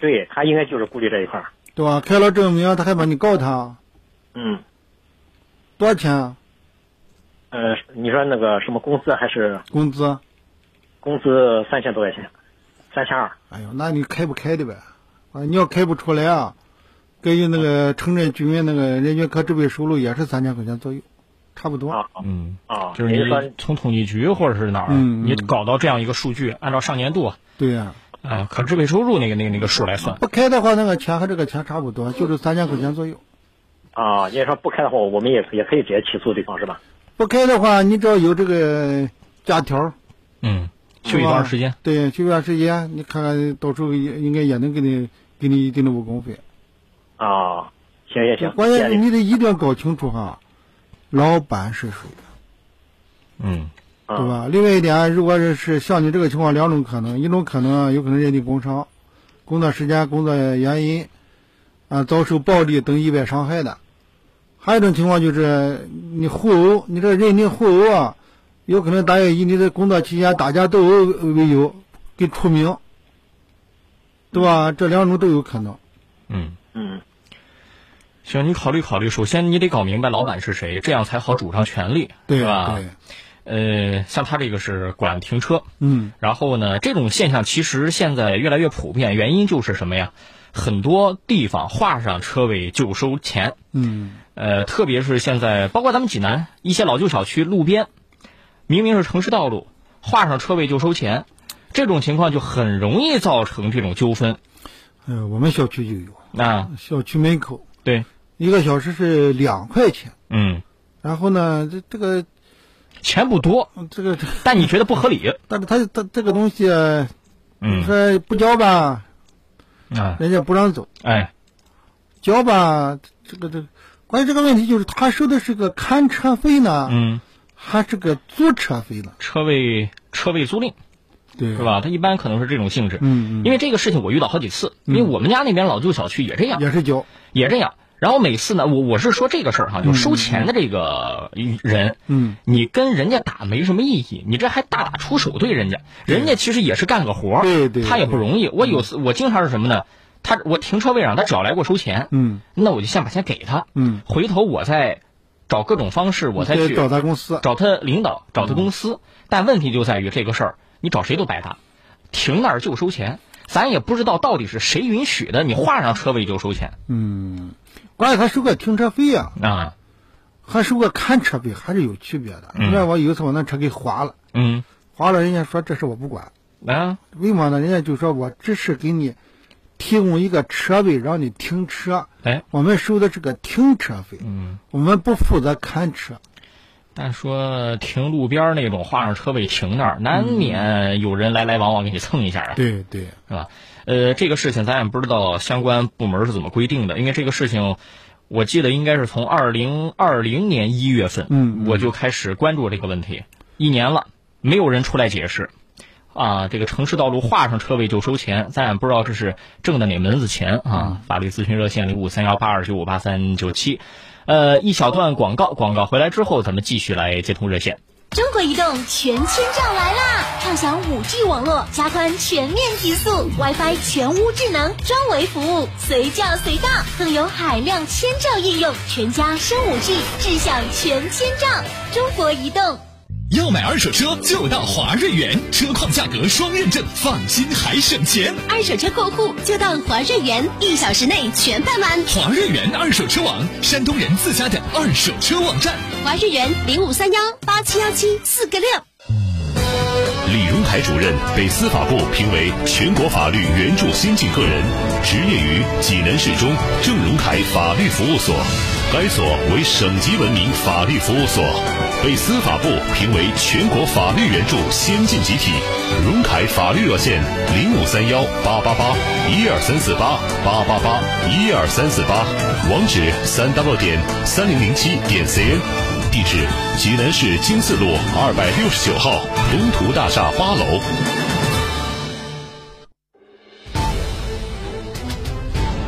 F: 对他应该就是顾虑这一块儿。
B: 对吧？开了证明，他还把你告他，
F: 嗯，
B: 多少钱啊？
F: 呃，你说那个什么工资还是
B: 工资？啊
F: 工资三千多块钱，三千二。
B: 哎呦，那你开不开的呗？啊，你要开不出来啊，根据那个城镇居民那个人均可支配收入也是三千块钱左右，差不多。
F: 啊
A: 嗯，
F: 啊，
A: 就是
F: 您说
A: 你从统计局或者是哪儿，
B: 嗯嗯
A: 你搞到这样一个数据，按照上年度啊、
B: 对呀、
A: 啊可支配收入那个那个那个数来算。
B: 不开的话，那个钱和这个钱差不多，就是三千块钱左右。
F: 啊，您说不开的话，我们也也可以直接起诉对方是吧？
B: 不开的话，你只要有这个假条，
A: 嗯，休息多长时间
B: 是吧？？对，休一段时间，你看看到时候也应该也能给你给你一定的误工费。
F: 啊，行行行，
B: 关键
F: 谢
B: 是
F: 谢
B: 你得一定要搞清楚哈，老板是谁，
A: 嗯
F: 啊
B: 对吧？另外一点，如果是是像你这个情况，两种可能，一种可能啊有可能认定工伤、工作时间、工作原因，啊遭受暴力等意外伤害的；还有一种情况就是你互殴，你这认定互殴啊，有可能打以你的工作期间打架斗殴为由给除名，对吧？这两种都有可能。
A: 嗯，
F: 嗯
A: 行，你考虑考虑。首先你得搞明白老板是谁，这样才好主张权利，
B: 对
A: 是吧
B: 对？，
A: 呃，像他这个是管停车，
B: 嗯，
A: 然后呢，这种现象其实现在越来越普遍，原因就是什么呀？很多地方画上车位就收钱，
B: 嗯，
A: 呃，特别是现在，包括咱们济南一些老旧小区路边，明明是城市道路，画上车位就收钱，这种情况就很容易造成这种纠纷。
B: 哎呦，我们小区就有，
A: 啊，
B: 小区门口
A: 对，
B: 一个小时是两块钱，
A: 嗯，
B: 然后呢，这这个
A: 钱不多，
B: 这个，这
A: 但你觉得不合理？
B: 但是他他这个东西，你
A: 嗯
B: 说不交吧，
A: 啊，
B: 人家不让走；
A: 哎，
B: 交吧，这个这个，关键这个问题就是他收的是个看车费呢，
A: 嗯，
B: 还是个租车费呢？
A: 车位车位租赁
B: 对，
A: 是？吧？它一般可能是这种性质。
B: 嗯
A: 因为这个事情我遇到好几次，因为我们家那边老旧小区也这样
B: 嗯，，也是交，
A: 也这样。然后每次呢，我我是说这个事儿哈，就收钱的这个人，
B: 嗯，
A: 你跟人家打没什么意义，你这还大打出手对人家，人家其实也是干个活儿，
B: 对对嗯
A: 他也不容易。我有次我经常是什么呢？他我停车位上他只要来给我收钱，
B: 嗯
A: 那我就先把钱给他，
B: 嗯，
A: 回头我再找各种方式我再
B: 你
A: 去
B: 得找咱公司，嗯
A: 找他领导，找他公司。但问题就在于这个事儿，你找谁都白搭，停那儿就收钱，咱也不知道到底是谁允许的，你画上车位就收钱
B: 嗯，关键他收个停车费啊，
A: 啊，
B: 还收个看车费，还是有区别的。你看我有一次我那车给划了，
A: 嗯
B: 划了，人家说这事我不管。
A: 啊，
B: 为嘛呢？人家就说我只是给你提供一个车位让你停车，
A: 哎，
B: 我们收的是个停车费，
A: 嗯，
B: 我们不负责看车。
A: 但说停路边儿那种画上车位停那儿，难免有人来来往往给你蹭一下啊，
B: 嗯对对，
A: 是吧？呃，这个事情咱也不知道相关部门是怎么规定的，因为这个事情。我记得应该是从二零二零年一月份，
B: 嗯嗯
A: 我就开始关注这个问题，一年了，没有人出来解释，啊，这个城市道路画上车位就收钱，咱也不知道这是挣的哪门子钱啊。法律咨询热线零五三幺八二九五八三九七，呃，一小段广告，广告回来之后咱们继续来接通热线。
G: 中国移动全千兆来啦！畅享 5G 网络，加宽全面提速，WiFi 全屋智能，专为服务，随叫随到，更有海量千兆应用，全家升 5G，智享全千兆。中国移动。
H: 要买二手车就到华瑞源，车况价格双认证，放心还省钱。
G: 二手车过户就到华瑞源，一小时内全办完。
H: 华瑞源二手车网，山东人自家的二手车网站。
G: 华瑞源零五三幺八七幺七四个六。
I: 李荣台主任被司法部评为全国法律援助先进个人，职业于济南市中郑荣台法律服务所，该所为省级文明法律服务所，被司法部评为全国法律援助先进集体。荣凯法律热线零五三幺八八八一二三四八八八八一二三四八，网址三 w 点三零零七点 cn。地址：济南市京四路二百六十九号东图大厦八楼。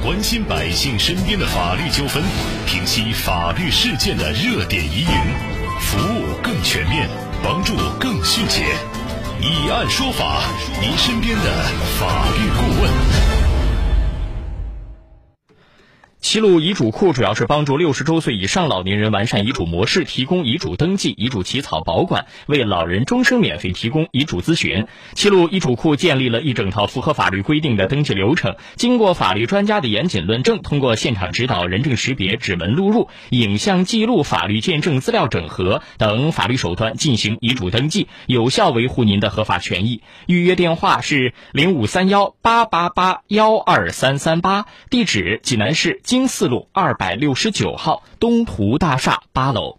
I: 关心百姓身边的法律纠纷，平息法律事件的热点疑云，服务更全面，帮助更迅捷。以案说法，您身边的法律顾问。
A: 齐鲁遗嘱库主要是帮助六十周岁以上老年人完善遗嘱模式，提供遗嘱登记、遗嘱起草保管，为老人终生免费提供遗嘱咨询。齐鲁遗嘱库建立了一整套符合法律规定的登记流程，经过法律专家的严谨论证，通过现场指导、人证识别、指纹录入、影像记录、法律见证资料整合等法律手段进行遗嘱登记，有效维护您的合法权益。预约电话是零五三幺八八八幺二三三八，地址济南市经四路二百六十九号东图大厦八楼。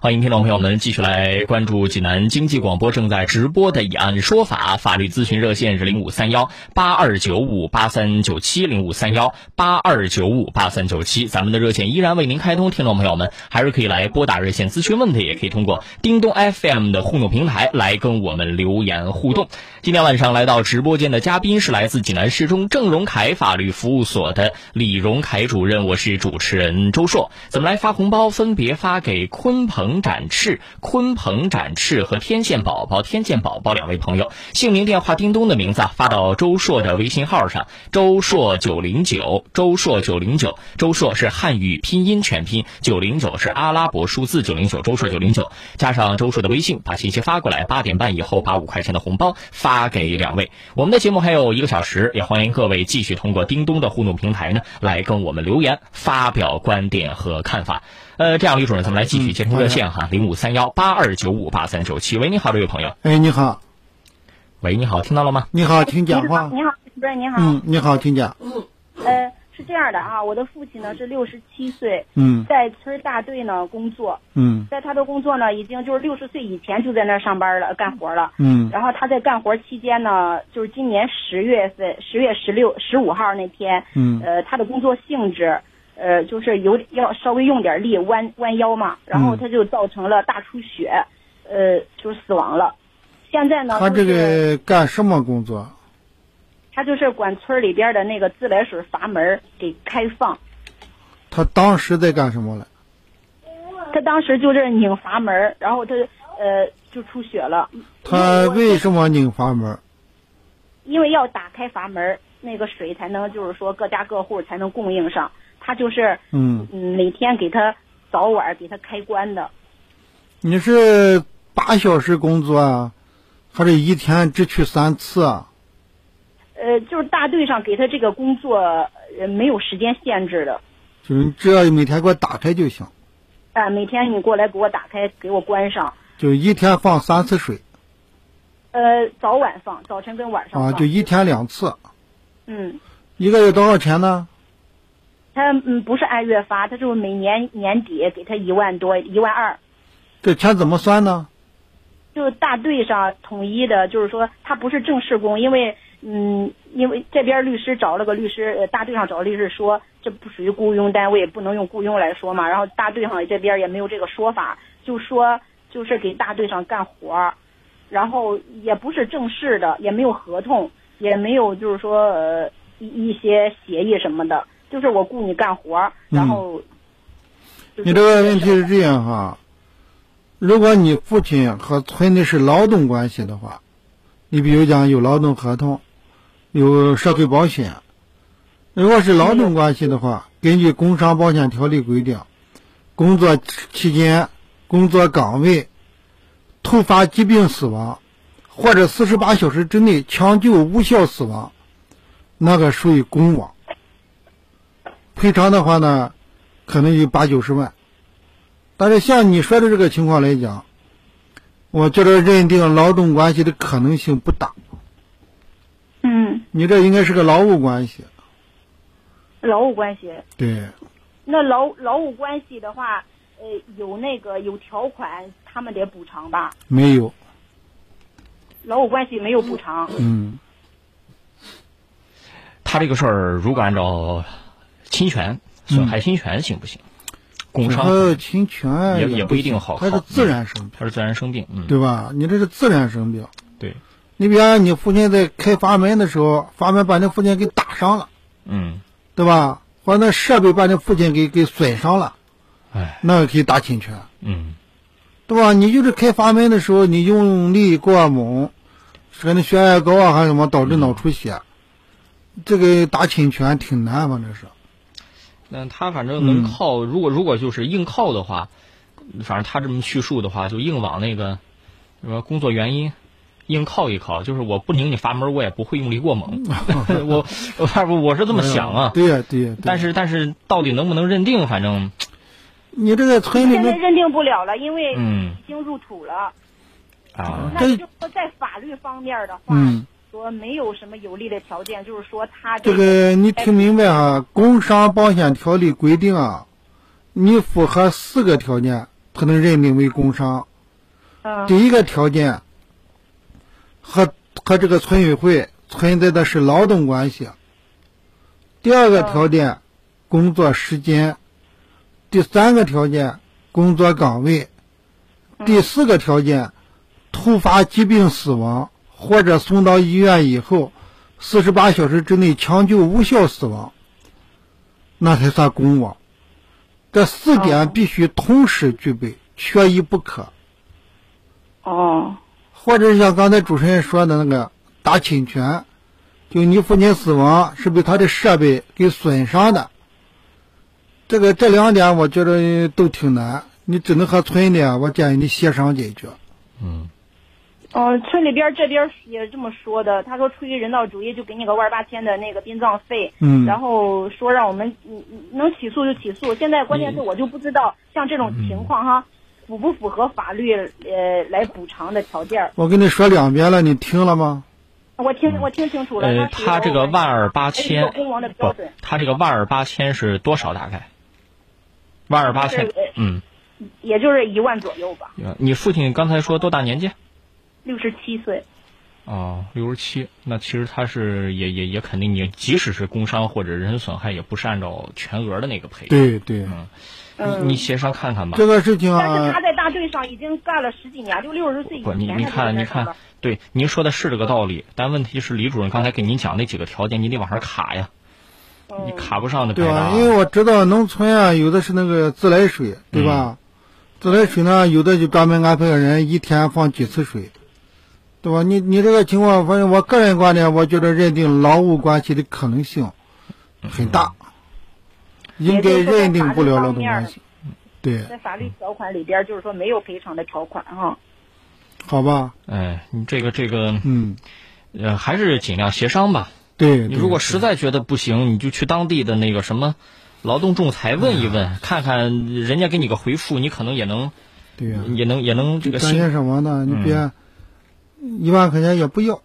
A: 欢迎听众朋友们继续来关注济南经济广播正在直播的《以案说法》法律咨询热线是零五三幺八二九五八三九七零五三幺八二九五八三九七，咱们的热线依然为您开通，听众朋友们还是可以来拨打热线咨询问题，也可以通过叮咚 FM 的互动平台来跟我们留言互动。今天晚上来到直播间的嘉宾是来自济南市中郑荣凯法律服务所的李荣凯主任，我是主持人周硕，咱们来发红包，分别发给鲲鹏。鹏展翅、鲲鹏展翅和天线宝宝、天线宝宝两位朋友，姓名、电话、叮咚的名字啊，发到周硕的微信号上，周硕九零九，周硕九零九，周硕是汉语拼音全拼，九零九是阿拉伯数字九零九，周硕九零九，加上周硕的微信，把信息发过来，八点半以后把五块钱的红包发给两位。我们的节目还有一个小时，也欢迎各位继续通过叮咚的互动平台呢，来跟我们留言，发表观点和看法。呃，这样李主任，咱们来继续接通热线哈，零五三幺八二九五八三九七。喂，你好，这位朋友。
B: 哎，你好，
A: 喂，你好，听到了吗？
B: 你好，请讲话。
J: 哎你好，主任你好。
B: 嗯，你好，请讲。
J: 呃，是这样的啊，我的父亲呢是六十七岁，
B: 嗯
J: 在村儿大队呢工作，
B: 嗯
J: 在他的工作呢已经就是六十岁以前就在那儿上班了，干活了。
B: 嗯
J: 然后他在干活期间呢，就是今年十月份，十月十六、十五号那天，
B: 嗯
J: 呃，他的工作性质，呃，就是有要稍微用点力弯弯腰嘛，然后
B: 嗯
J: 他就造成了大出血，呃，就是死亡了。现在呢，
B: 他
J: 就
B: 这
J: 是
B: 个干什么工作？
J: 他就是管村儿里边的那个自来水阀门儿给开放。
B: 他当时在干什么了？
J: 他当时就是拧阀门儿，然后他呃就出血了，
B: 他为什么拧阀门？
J: 因为要打开阀门儿，那个水才能就是说各家各户才能供应上。他就是
B: 嗯，
J: 嗯每天给他早晚给他开关的，
B: 你是八小时工作啊，还是一天只去三次啊？
J: 呃就是大队上给他这个工作呃没有时间限制的，
B: 就是你只要每天给我打开就行，
J: 啊、每天你过来给我打开给我关上，
B: 就一天放三次水
J: 呃早晚放，早晨跟晚上
B: 啊，
J: 放，
B: 就一天两次，
J: 嗯。
B: 一个月多少钱呢？
J: 他嗯不是按月发，他就是每年年底给他一万多、一万二，
B: 这钱怎么算呢？
J: 就是大队上统一的，就是说他不是正式工，因为嗯，因为这边律师找了个律师，呃，大队上找律师说这不属于雇佣单位，不能用雇佣来说嘛。然后大队上这边也没有这个说法，就说就是给大队上干活儿，然后也不是正式的，也没有合同，也没有就是说呃一一些协议什么的，就是我雇你干活儿，然后、就是
B: 你这个问题是这样哈，如果你父亲和村里是劳动关系的话，你比如讲有劳动合同，有社会保险。如果是劳动关系的话，根据《工伤保险条例》规定，工作期间、工作岗位突发疾病死亡，或者四十八小时之内抢救无效死亡，那个属于工亡。赔偿的话呢，可能有八九十万。但是像你说的这个情况来讲，我觉得认定劳动关系的可能性不大。
J: 嗯
B: 你这应该是个劳务关系，
J: 劳务关系。
B: 对，
J: 那劳劳务关系的话，呃，有那个有条款，他们得补偿吧？
B: 没有，
J: 劳务关系没有补偿，
B: 嗯，
A: 他这个事儿如果按照侵权、损害侵权行不行？工
B: 损
A: 伤
B: 害侵权
A: 也也
B: 也
A: 不一定好
B: 它是
A: 好
B: 自然生病，
A: 他是自然生病，嗯，
B: 对吧？你这是自然生病。
A: 对，
B: 你比方你父亲在开阀门的时候，阀门把你父亲给打伤了，
A: 嗯，
B: 对吧？或者那设备把你父亲给给损伤了，
A: 哎，
B: 那个可以打侵权。
A: 嗯，
B: 对吧？你就是开阀门的时候，你用力过猛，可能血压高啊，还是什么导致脑出血，这个打侵权挺难，反正是。
A: 那他反正
B: 嗯
A: 能靠，如果如果就是硬靠的话，反正他这么叙述的话，就硬往那个什么工作原因硬靠一靠，就是我不拧你阀门，我也不会用力过猛。 我我我是这么想啊。
B: 对呀对呀。
A: 但是但是到底能不能认定，反正
B: 你这个村里
J: 现在
B: 面
J: 认定不了了，因为
A: 嗯
J: 已经入土了。
A: 啊，
J: 那就说在法律方面的话，
B: 嗯
J: 说没有什么有利的条件，就是哎说他
B: 这个你听明白哈、啊，《工伤保险条例》规定啊，你符合四个条件才能认定为工伤。
J: 嗯
B: 第一个条件，和和这个村委会存在的是劳动关系。第二
J: 嗯
B: 个条件，工作时间。第三个条件，工作岗位。
J: 嗯
B: 第四个条件，突发疾病死亡或者送到医院以后四十八小时之内抢救无效死亡，那才算公亡。这四点必须同时具备，缺一不可。
J: 哦
B: 或者是像刚才主持人说的那个打侵权，就你父亲死亡是被他的设备给损伤的，这个这两点我觉得都挺难，你只能和村里啊，我建议你协商解决。
A: 嗯，
J: 哦，村里边这边也这么说的，他说出于人道主义就给你个万八千的那个殡葬费，
B: 嗯
J: 然后说让我们嗯能起诉就起诉。现在关键是
A: 嗯
J: 我就不知道像这种情况哈，符不符合法律呃来补偿的条件儿？
B: 我跟你说两遍了，你听了吗？
J: 我听我听清楚了，
A: 呃，
J: 他
A: 他这个万二八千
J: 公王的标
A: 不
J: 准，
A: 他这个万二八千是多少？大概万二八
J: 是
A: 千
J: 呃，
A: 嗯，
J: 也就是一万左右吧，
A: 你父亲刚才说多大年纪？
J: 六十七岁。
A: 哦，六十七，那其实他是也也也肯定你，即使是工伤或者人身损害，也不是按照全额的那个赔。
B: 对
A: 嗯
B: 对，
A: 你你协商看看吧
B: 这。个事情
J: 嗯但是他
B: 啊，
J: 在大队上已经干了十几年，就六十岁以
A: 不，
J: 前
A: 你你
J: 他就
A: 看，
J: 在
A: 你
J: 上
A: 看
J: 班。，
A: 对，您说的是这个道理，但问题是李主任刚才给您讲那几个条件，你得往上卡呀，
J: 哦
A: 你卡不上的白
B: 对吧
A: 搭？。
B: 因为我知道农村啊，有的是那个自来水，对
A: 嗯
B: 吧？自来水呢，有的就专门安排个人一天放几次水，对吧？你你这个情况，反正我个人观点，我觉得认定劳务关系的可能性
A: 嗯
B: 很大，应该认定不了劳动关系。对，
J: 在法律条款里边，就是说没有赔偿的条款哈。
B: 好吧，
A: 哎，你这个这个，
B: 嗯，
A: 呃，还是尽量协商吧。
B: 对。
A: 你
B: 对
A: 如果实在觉得不行，你就去当地的那个什么劳动仲裁问一
B: 哎
A: 问，看看人家给你个回复，你可能也能
B: 对呀、
A: 也能也能这个
B: 关
A: 心嗯
B: 键什么呢？你别、一万块钱也不要，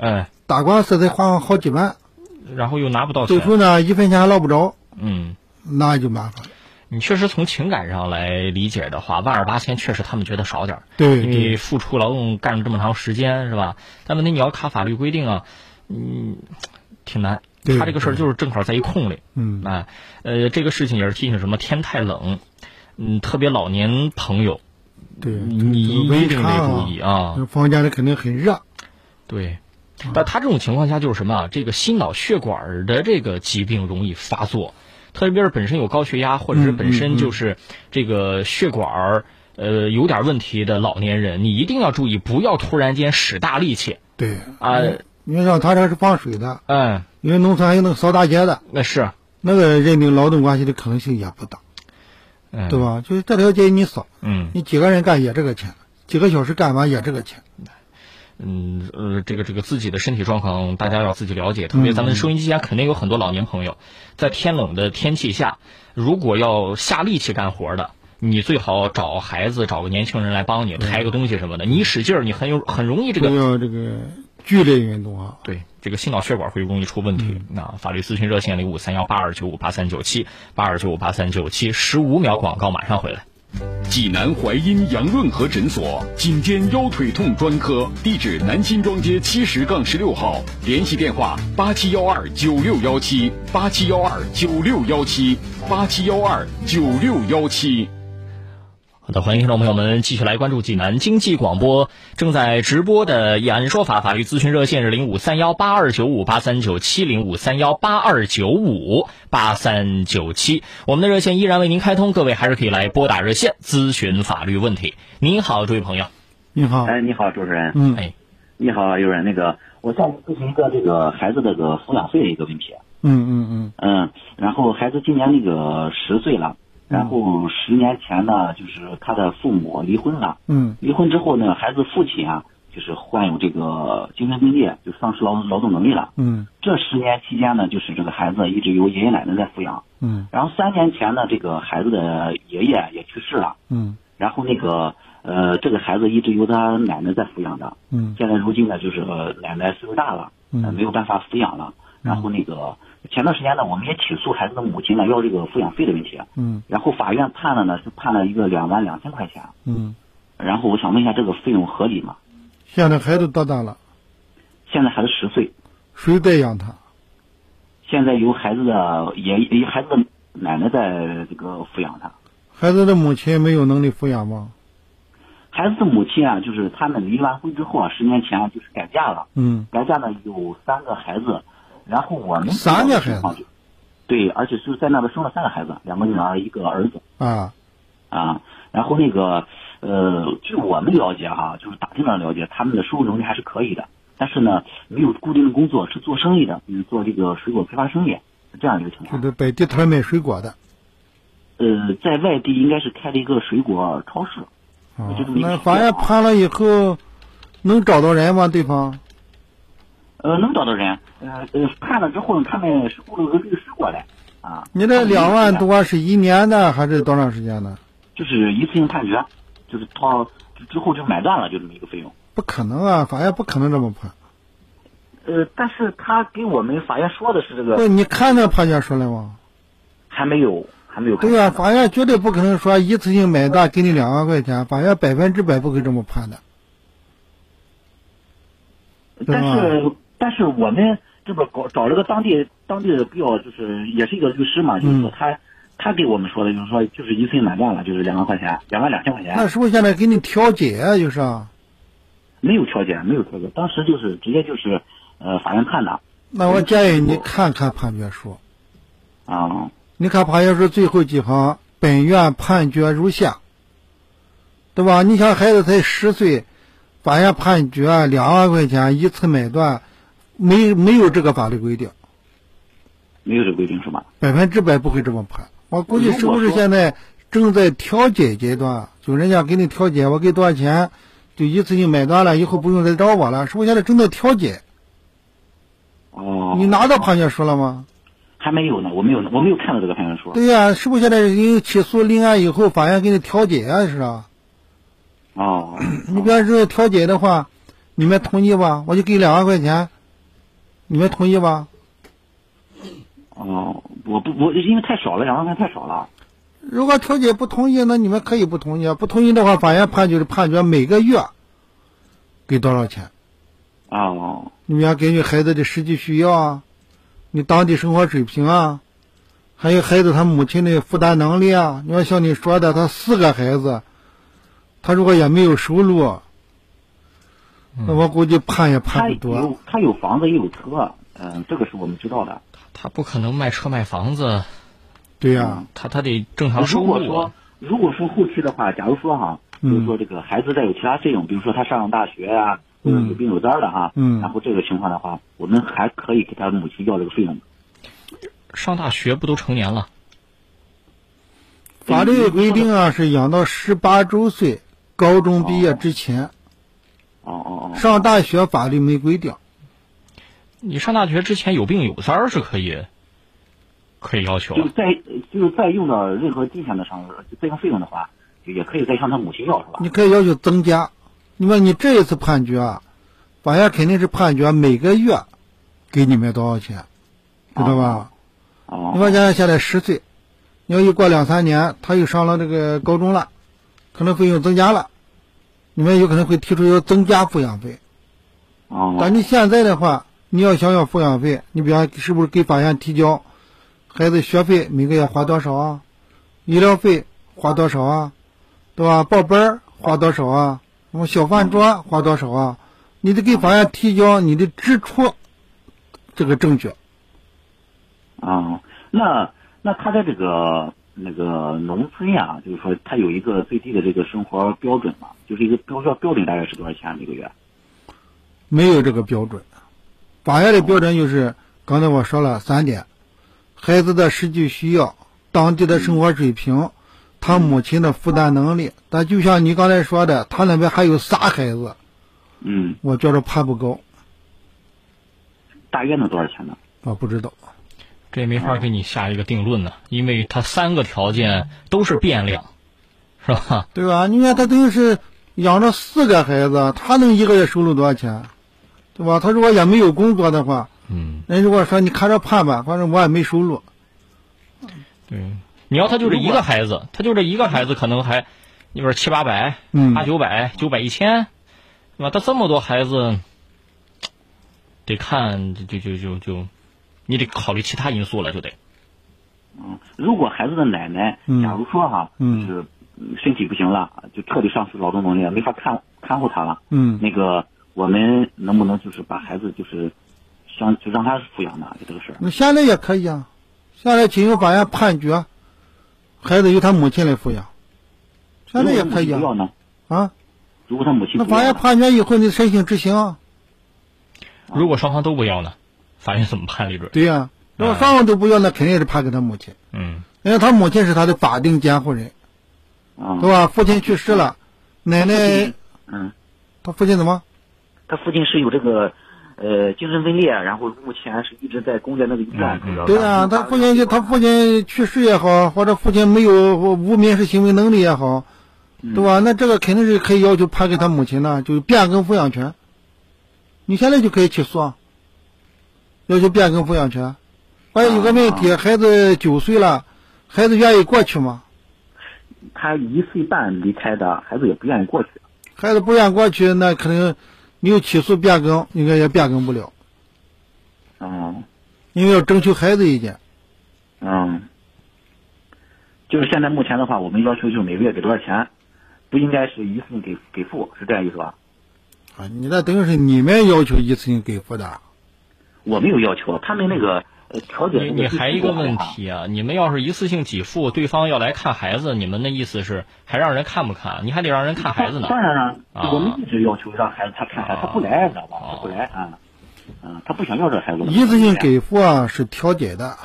A: 哎，
B: 打官司得花好几万，
A: 然后又拿不到
B: 最
A: 钱。
B: 初呢一分钱还捞不着，
A: 嗯，
B: 那就麻烦了。
A: 你确实从情感上来理解的话，万二八千确实他们觉得少点儿，
B: 对嗯
A: 因
B: 对
A: 为付出劳动干了这么长时间是吧？但问题你要卡法律规定啊，嗯，挺难。
B: 对
A: 他这个事儿就是正好在一空里。
B: 嗯
A: 啊，呃，这个事情也是提醒什么？天太冷，嗯，特别老年朋友，
B: 对，
A: 你
B: 微
A: 一定
B: 差
A: 得
B: 啊
A: 注意啊。
B: 房间里肯定很热。
A: 对，但他这种情况下就是什么啊？这个心脑血管的这个疾病容易发作，特别是本身有高血压，或者是本身就是这个血管儿呃有点问题的老年人，你一定要注意，不要突然间使大力气
B: 对，
A: 啊！
B: 你让他这是放水的，
A: 嗯，
B: 因为农村还有那个扫大街的，
A: 那是，
B: 那啊个认定劳动关系的可能性也不大，
A: 嗯，
B: 对？吧？就是这条街你扫，
A: 嗯
B: 你几个人干也这个钱，几个小时干完也这个钱。
A: 嗯呃，这个这个自己的身体状况，大家要自己了解。特别咱们收音机前肯定有很多老年朋友，在天冷的天气下，如果要下力气干活的，你最好找孩子找个年轻人来帮你抬个东西什么的。你一使劲儿，你很有很容易这
B: 不
A: 个
B: 要这个剧烈运动啊，
A: 对这个心脑血管会容易出问题。那法律咨询热线零五三幺八二九五八三九七八二九五八三九七，十五秒广告马上回来。
C: 济南淮阴杨润和诊所颈肩腰腿痛专科，地址南新庄街七十杠十六号，联系电话八七幺二九六幺七八七幺二九六幺七八七幺二九六幺七。
A: 好的，欢迎听众朋友们继续来关注济南经济广播正在直播的《一案说法》法律咨询热线是零五三幺八二九五八三九七零五三幺八二九五八三九七，我们的热线依然为您开通，各位还是可以来拨打热线咨询法律问题。您好，这位朋友，
B: 你好，
K: 哎，你好，主持人。
B: 嗯
A: 哎，
K: 你好，有人那个，我再咨询一个这个孩子这个抚养费的一个问题。
B: 嗯嗯嗯，
K: 嗯，然后孩子今年那个十岁了，然后十年前呢，就是他的父母离婚了。
B: 嗯
K: 离婚之后呢，孩子父亲啊，就是患有这个精神分裂，就丧失劳劳动能力了。
B: 嗯
K: 这十年期间呢，就是这个孩子一直由爷爷奶奶在抚养。
B: 嗯
K: 然后三年前呢，这个孩子的爷爷也去世了，
B: 嗯
K: 然后那个呃，这个孩子一直由他奶奶在抚养的。
B: 嗯
K: 现在如今呢，就是、呃奶奶岁数大了，呃
B: 嗯
K: 没有办法抚养了。然后那个前段时间呢，我们也起诉孩子的母亲呢，要这个抚养费的问题。啊
B: 嗯
K: 然后法院判了呢，是判了一个两万两千块钱。啊
B: 嗯，
K: 然后我想问一下，这个费用合理吗？
B: 现在孩子多大了？
K: 现在孩子十岁，
B: 谁在养他？
K: 现在由孩子的爷爷、孩子的奶奶在这个抚养他。
B: 孩子的母亲没有能力抚养吗？
K: 孩子的母亲啊，就是他们离完婚之后啊，十年前啊就是改嫁了，
B: 嗯
K: 改嫁呢有三个孩子，然后我们
B: 三个孩子，
K: 对，而且是在那边生了三个孩子，两个女儿一个儿子
B: 啊
K: 啊。然后那个呃，据我们了解哈、就是打听了了解，他们的收入能力还是可以的，但是呢没有固定的工作，是做生意的，比如做这个水果批发生意，是这样一个情况
B: 就。是摆地摊卖水果的。
K: 呃，在外地应该是开了一个水果超市。
B: 啊
K: 我觉得，没
B: 那
K: 有
B: 法院判了以后，能找到人吗？对方？
K: 呃，能找到人，呃呃，判了之后呢，他们是雇了个律师过来，啊，
B: 你这两万多是一年的还是多长时间的？
K: 就是一次性判决，就是到之后就买断了，就这么一个费用。
B: 不可能啊，法院不可能这么判。
K: 呃，但是他给我们法院说的是这
B: 不，
K: 个
B: 你看那判决书了吗？
K: 还没有，还没有判
B: 对
K: 决
B: 呀、
K: 呢。
B: 法院绝对不可能说一次性买断给你两万块钱，法院百分之百不会这么判的。对
K: 但是但是我们这不搞找了个当地当地的比较就是也是一个律师嘛，
B: 嗯
K: 就是说他、他给我们说的就是说就是一次性买断了，就是两万块钱，两万两千块钱
B: 那，是不是现在给你调解啊？就是啊，
K: 没有调解，没有调解，当时就是直接就是呃法院判的
B: 那我建议你看看判决书，
K: 啊。
B: 你看判决书最后几行，本院判决如下，对吧？你想孩子才十岁，法院判决两万块钱一次买断，没没有这个法律规定。
K: 没有这规定是吧？
B: 百分之百不会这么判。我估计是不是
K: 如果说
B: 现在正在调解阶段？就人家给你调解，我给多少钱，就一次性买断了，以后不用再找我了。是不是现在正在调解？
K: 哦，
B: 你拿到判决书了吗？
K: 还没有呢，我没有，我没有看到这个判决书。
B: 对呀、是不是现在因为起诉立案以后，法院给你调解啊？是啊，
K: 哦，
B: 你比方说调解的话，你们同意吧？我就给两万块钱，你们同意吧？
K: 哦，我不，我因为太少了，两万块太少了。
B: 如果调解不同意，那你们可以不同意啊。不同意的话，法院判决是判决每个月给多少钱。
K: 哦，
B: 你要根据孩子的实际需要啊，你当地生活水平啊，还有孩子他母亲的负担能力啊。你要像你说的，他四个孩子，他如果也没有收入，那我估计判也
K: 嗯他
B: 判不多。
K: 有他有房子也有车，嗯、这个是我们知道的。
A: 他不可能卖车卖房子，
B: 对呀、
A: 他他得正常收
K: 如
A: 入
K: 果
A: 啊。
K: 说如果说后期的话，假如说哈，比如说这个孩子再有其他费用，比如说他上大学呀、或者有病有灾儿的哈，
B: 嗯
K: 然后这个情况的话，我们还可以给他母亲要这个费用。
A: 上大学不都成年了？
B: 法律规定啊，是养到十八周岁，高中毕业之前。
K: 哦哦哦，
B: 上大学法律没规定，
A: 你上大学之前有病有灾儿是可以，可以要求
K: 就是
A: 的。
K: 再就是再用到任何金钱的上，就再用费用的话，就也可以再向他母亲要是吧？
B: 你可以要求增加。你说你这一次判决啊，法院肯定是判决啊每个月给你们多少钱，知道吧？
K: 哦，
B: 你说现在现在十岁，你要一过两三年，他又上了这个高中了，可能费用增加了，你们有可能会提出要增加抚养费。
K: 哦，
B: 但你现在的话，你要想要抚养费，你比方是不是给法院提交，孩子学费每个月花多少啊，医疗费花多少啊，对吧？报班儿花多少啊，什么小饭桌花多少啊？你得给法院提交你的支出这个证据。
K: 啊，那那他在这个那个农村呀，就是说他有一啊个最低的这个生活标准嘛，就是一个标标标准大概是多少钱每个月？
B: 没有这个标准。法院的标准就是刚才我说了三点：孩子的实际需要、当地的生活水平、他母亲的负担能力。但就像你刚才说的，他那边还有仨孩子，
K: 嗯，
B: 我觉着判不高。
K: 大约能多少钱呢？
B: 我不知道。
A: 这没法给你下一个定论呢、因为它三个条件都是变量，是吧？
B: 对吧？你看他等于是养着四个孩子，他能一个月收入多少钱，对吧？他如果也没有工作的话，
A: 嗯，
B: 人如果说你看着判吧，反正我也没收入，
A: 对，你要他就这一个孩子，他就这一个孩子，可能还，你比如七八百、
B: 嗯
A: 八九百、九百一千，是吧？他这么多孩子，得看就就就就，你得考虑其他因素了，就得。
K: 嗯，如果孩子的奶奶，假如说哈，
B: 嗯
K: 就是嗯身体不行了，就彻底丧失劳动能力了，没法看看护他了，
B: 嗯
K: 那个我们能不能就是把孩子就是相就让他抚养呢？就这个事儿，
B: 你现在也可以啊。现在请求法院判决，孩子由他母亲来抚养，现在也可以
K: 如果
B: 啊。
K: 他母亲不要呢？
B: 啊，
K: 如果他母亲
B: 那
K: 不
B: 法
K: 要
B: 院
K: 呢，
B: 判决以后，你申请执行啊。
A: 如果双方都不要呢，法院怎么判离准？
B: 对
K: 啊
B: 呀、如果双方都不要，那肯定是判给他母亲，
A: 嗯，
B: 因为他母亲是他的法定监护人，
K: 啊，
B: 对吧？父亲去世了，奶奶，
K: 嗯，
B: 他父亲怎么？
K: 他父亲是有这个呃精神分裂，然后目前是一直在攻略那个医院，主要
B: 对啊，他父亲就他父亲去世也好，或者父亲没有无民事行为能力也好，
K: 嗯
B: 对吧？那这个肯定是可以要求判给他母亲的，就是变更抚养权。你现在就可以起诉，啊，要求变更抚养权。关键有个问题，
K: 啊
B: 孩子九岁了，孩子愿意过去吗？
K: 他一岁半离开的孩子也不愿意过去，
B: 孩子不愿过去，那肯定你有起诉变更，应该也变更不了，
K: 嗯
B: 因为要征求孩子意见。
K: 嗯，就是现在目前的话，我们要求就是每个月给多少钱，不应该是一次性给给付，是这样意思吧？
B: 啊，你那等于是你们要求一次性给付的。
K: 我没有要求，他们那个呃调解
A: 你你还一个问，题啊，你们要是一次性给付，对方要来看孩子，你们的意思是还让人看不看？你还得让人看孩子呢。
K: 当然了，
A: 啊哦
K: 我们一直要求让孩子他看孩子，他不来，知道吧？他不来啊，嗯，他不想要这孩子了。
B: 一次性给付啊是调解的，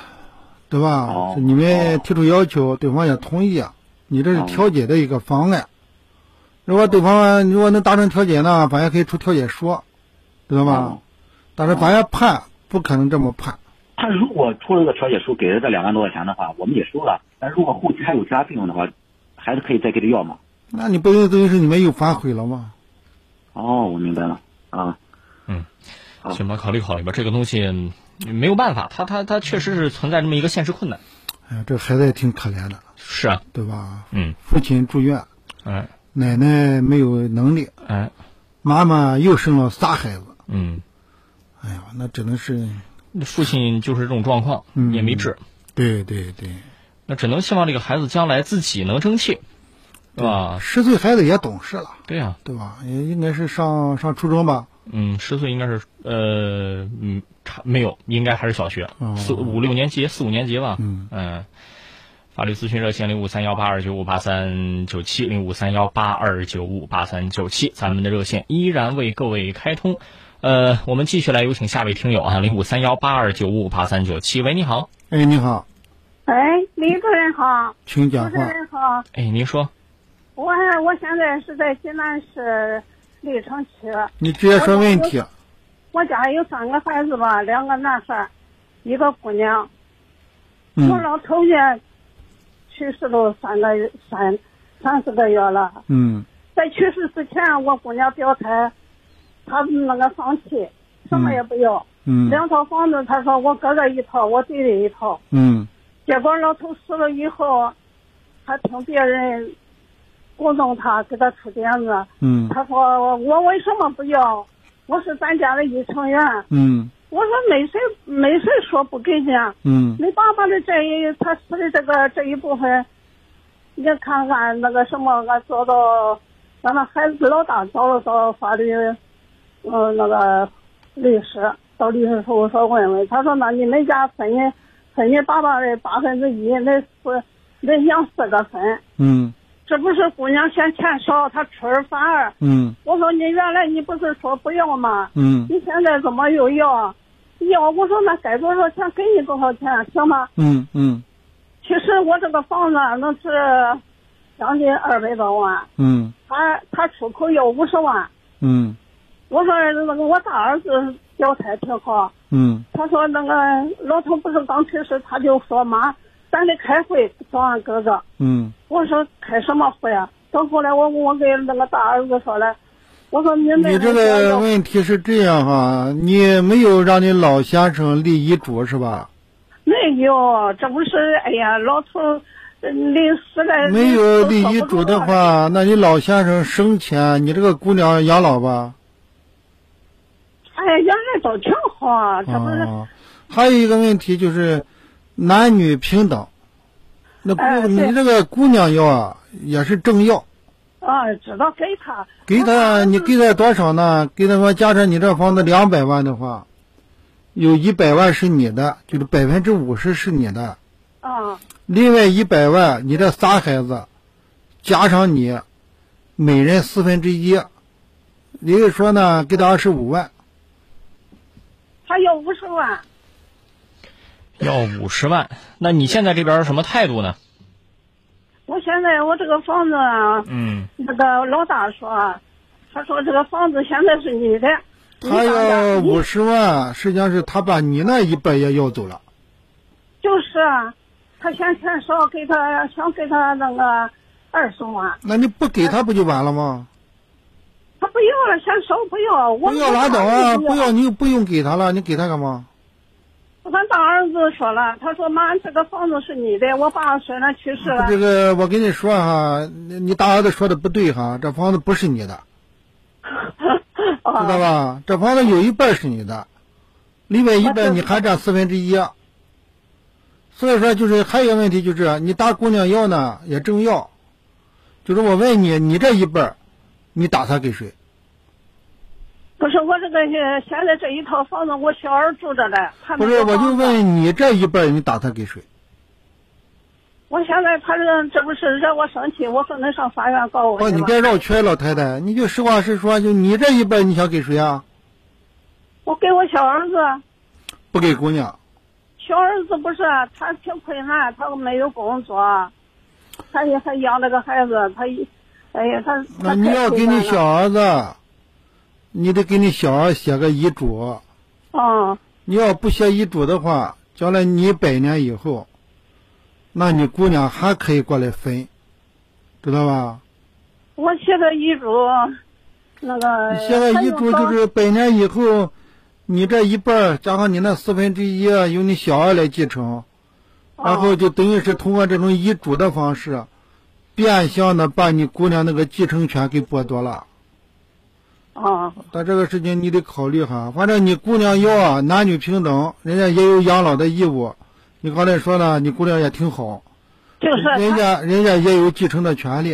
B: 对吧？
K: 哦
B: 是你们提出要求，对方也同意啊，你这是调解的一个方案。如果对方啊如果能达成调解呢，法院可以出调解书，知道吧？但是法院判不可能这么判，
K: 他如果出了个调解书，给了这两万多块钱的话，我们也收了。但如果后期还有其他费用的话，孩子可以再给他要嘛？
B: 那你不等于是你们又反悔了吗？
K: 哦，我明白了啊。
A: 嗯行吧，考虑考虑吧，这个东西嗯没有办法，它它它确实是存在这么一个现实困难。
B: 哎呀，这孩子也挺可怜的，
A: 是啊，
B: 对吧？
A: 嗯，
B: 父亲住院，
A: 哎
B: 奶奶没有能力，
A: 哎，
B: 妈妈又生了仨孩子，
A: 嗯，
B: 哎呀，那只能是，
A: 父亲就是这种状况，
B: 嗯
A: 也没治，
B: 对对对，
A: 那只能希望这个孩子将来自己能争气，是吧？
B: 十岁孩子也懂事了。
A: 对呀、
B: 对吧？也应该是上上初中吧。
A: 嗯，十岁应该是呃嗯差没有，应该还是小学，
B: 哦
A: 四五六年级四五年级吧。呃
B: 嗯
A: 法律咨询热线零五三幺八二九五八三九七零五三幺八二九五八三九七，咱们的热线依然为各位开通。呃，我们继续来有请下位听友啊，零五三幺八二九五八三九七。喂，你好，
B: 哎，你好，
L: 哎，林主任好，
B: 请
L: 主
B: 讲
L: 持
B: 话。
L: 人好，
A: 哎，您说，
L: 我我现在是在济南市历城区，
B: 你直接说问题。啊
L: 我家有三个孩子吧，两个男孩，一个姑娘。我
B: 嗯
L: 老头家去世都三个月三三四个月了，
B: 嗯
L: 在去世之前，我姑娘表态，她那个放弃，什么也不要，
B: 嗯
L: 两套房子，她说我哥哥一套，我弟弟一套。
B: 嗯
L: 结果老头死了以后，还听别人鼓动他，给他出点子。
B: 嗯
L: 他说我为什么不要？我是咱家的一成员。
B: 嗯
L: 我说没谁没谁说不给你啊，
B: 嗯
L: 你爸爸的这一他死的这个这一部分，你看看那个什么，俺找到俺那孩子老大找了找法律，嗯，那个律师到律师事务所问问，他说那你们家分你分你爸爸的八分之一，那四那养四个分，
B: 嗯
L: 是不是姑娘嫌钱少，她出尔反尔？
B: 嗯
L: 我说你原来你不是说不要吗？
B: 嗯
L: 你现在怎么又要？啊要我说那该多少钱给你多少钱，行吗？
B: 嗯嗯
L: 其实我这个房子啊能值将近二百多万，
B: 嗯
L: 他他出口要五十万。
B: 嗯
L: 我说那个我大儿子教材挺好，
B: 嗯
L: 他说那个老头不是刚去世，他就说妈，咱得开会，找俺哥哥。
B: 嗯
L: 我说开什么会啊？到后来我我给那个大儿子说了，我说你那
B: 你这个问题是这样哈，你没有让你老先生立遗嘱是吧？
L: 没有，这不是哎呀，老头呃临死了
B: 没有立遗嘱的话，那你老先生生前，你这个姑娘养老吧？
L: 哎呀，原来都挺好啊，这不是、
B: 啊，还有一个问题就是男女平等。那姑、
L: 哎对
B: 你这个姑娘要啊，也是政要，
L: 啊，知道给他
B: 给她你给她多少呢？给她说，加上你这房子两百万的话，有一百万是你的，就是百分之五十是你的，
L: 啊，
B: 另外一百万你这仨孩子，加上你，每人四分之一，也就是说呢，给她二十五万。
L: 他要五十万。
A: 要五十万，那你现在这边什么态度呢？
L: 我现在我这个房子啊，
A: 嗯，
L: 那个老大说啊，他说这个房子现在是你的，你
B: 他
L: 当家
B: 要
L: 你
B: 五十万，实际上是他把你那一半也要走了。
L: 就是啊，他嫌钱少，给他想给他那个二十万，
B: 那你不给他不就完了吗？
L: 他不要了，嫌少不要，我
B: 不要拉倒啊！不
L: 要
B: 要你不用给他了，你给他干嘛？
L: 俺大儿子说了，他说妈，这个房子是你的，我爸虽然去世了，
B: 这个我跟你说哈，你你大儿子说的不对哈，这房子不是你 的，
L: 哦
B: 知道吧？这房子有一半是你的，另外一半你还占四分之一。啊所以说，就是还有一个问题，就是你大姑娘要呢也正要，就是我问你，你这一半儿，你打算给谁？
L: 不是我这个呃现在这一套房子我小儿住着嘞，他
B: 不
L: 那
B: 是，
L: 个
B: 我就
L: 房子
B: 问你这一半儿，你打算给谁？
L: 我现在他这这不是惹我生气，我恨能上法院告我
B: 哦，
L: 去
B: 你
L: 吗？
B: 别绕圈，老太太，你就实话实说，就你这一半，你想给谁啊？
L: 我给我小儿子，
B: 不给姑娘，
L: 小儿子不是他挺困难，他没有工作，他也还养了个孩子，他一，哎呀，他
B: 那你要给你小儿子，你得给你小儿写个遗嘱。
L: 啊、嗯，
B: 你要不写遗嘱的话，将来你百年以后，那你姑娘还可以过来分，知道吧？
L: 我写的遗嘱，那个
B: 你现在遗嘱就是百年以后，你这一半儿加上你那四分之一啊由你小儿来继
L: 哦
B: 承，然后就等于是通过这种遗嘱的方式，变相的把你姑娘那个继承权给剥夺了。
L: 啊、
B: 但这个事情你得考虑哈，反正你姑娘要啊，男女平等，人家也有养老的义务。你刚才说了，你姑娘也挺好，
L: 就是他
B: 人家人家也有继承的权利，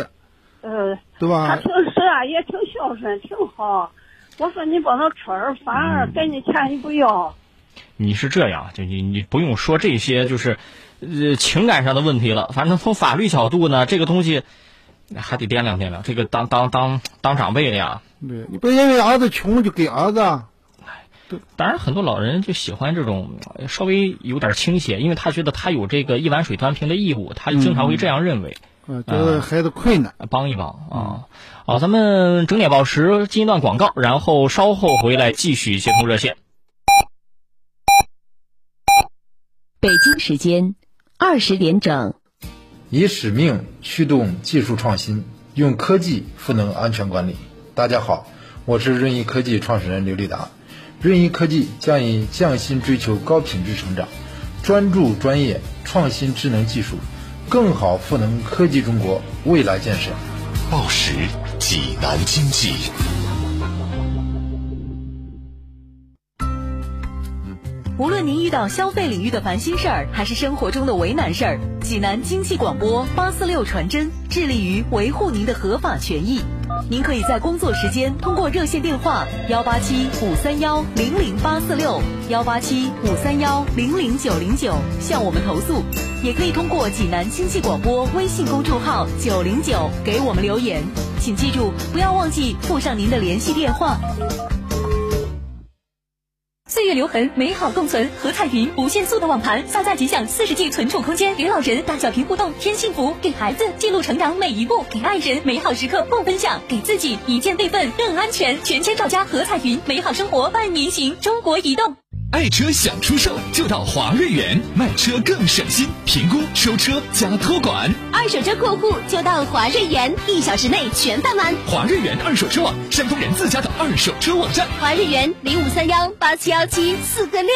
L: 呃，
B: 对
L: 他
B: 吧？
L: 平时啊也挺孝顺，挺好。我说你不能出尔反尔，
B: 嗯
L: 给你钱你不要。
A: 你是这样，就你你不用说这些，就是呃情感上的问题了。反正从法律角度呢，这个东西还得掂量掂量。这个当当当当长辈的呀，
B: 对，你不因为儿子穷就给儿子啊，
A: 当然很多老人就喜欢这种呃稍微有点倾斜，因为他觉得他有这个一碗水端平的义务，他经常会这样认为。呃
B: 呃觉
M: 啊
B: 得孩子困难。
A: 帮一帮啊！好，咱们整点报时，进一段广告，然后稍后回来继续接通热线。
N: 北京时间二十点整。
O: 以使命驱动技术创新，用科技赋能安全管理。大家好，我是润一科技创始人刘立达。润一科技将以匠心追求高品质成长，专注专业创新智能技术，更好赋能科技中国未来建设。
I: 报时，济南经济。
P: 无论您遇到消费领域的烦心事儿，还是生活中的为难事儿，济南经济广播八四六传真致力于维护您的合法权益。您可以在工作时间通过热线电话幺八七五三幺零零八四六幺八七五三幺零零九零九向我们投诉，也可以通过济南经济广播微信公众号九零九给我们留言。请记住，不要忘记附上您的联系电话。岁月留痕，美好共存。和彩云无限速的网盘，下架即享四十 G 存储空间，给老人大小屏互动添幸福，给孩子记录成长每一步，给爱人美好时刻共分享，给自己一键备份更安全。全千兆家和彩云，美好生活伴您行。中国移动。
H: 爱车想出售就到华瑞源，卖车更省心，评估、收车加托管。
Q: 二手车过户就到华瑞源，一小时内全办完。
H: 华瑞源二手车网，山东人自家的二手车网站。
Q: 华瑞源零五三幺八七幺七四个六。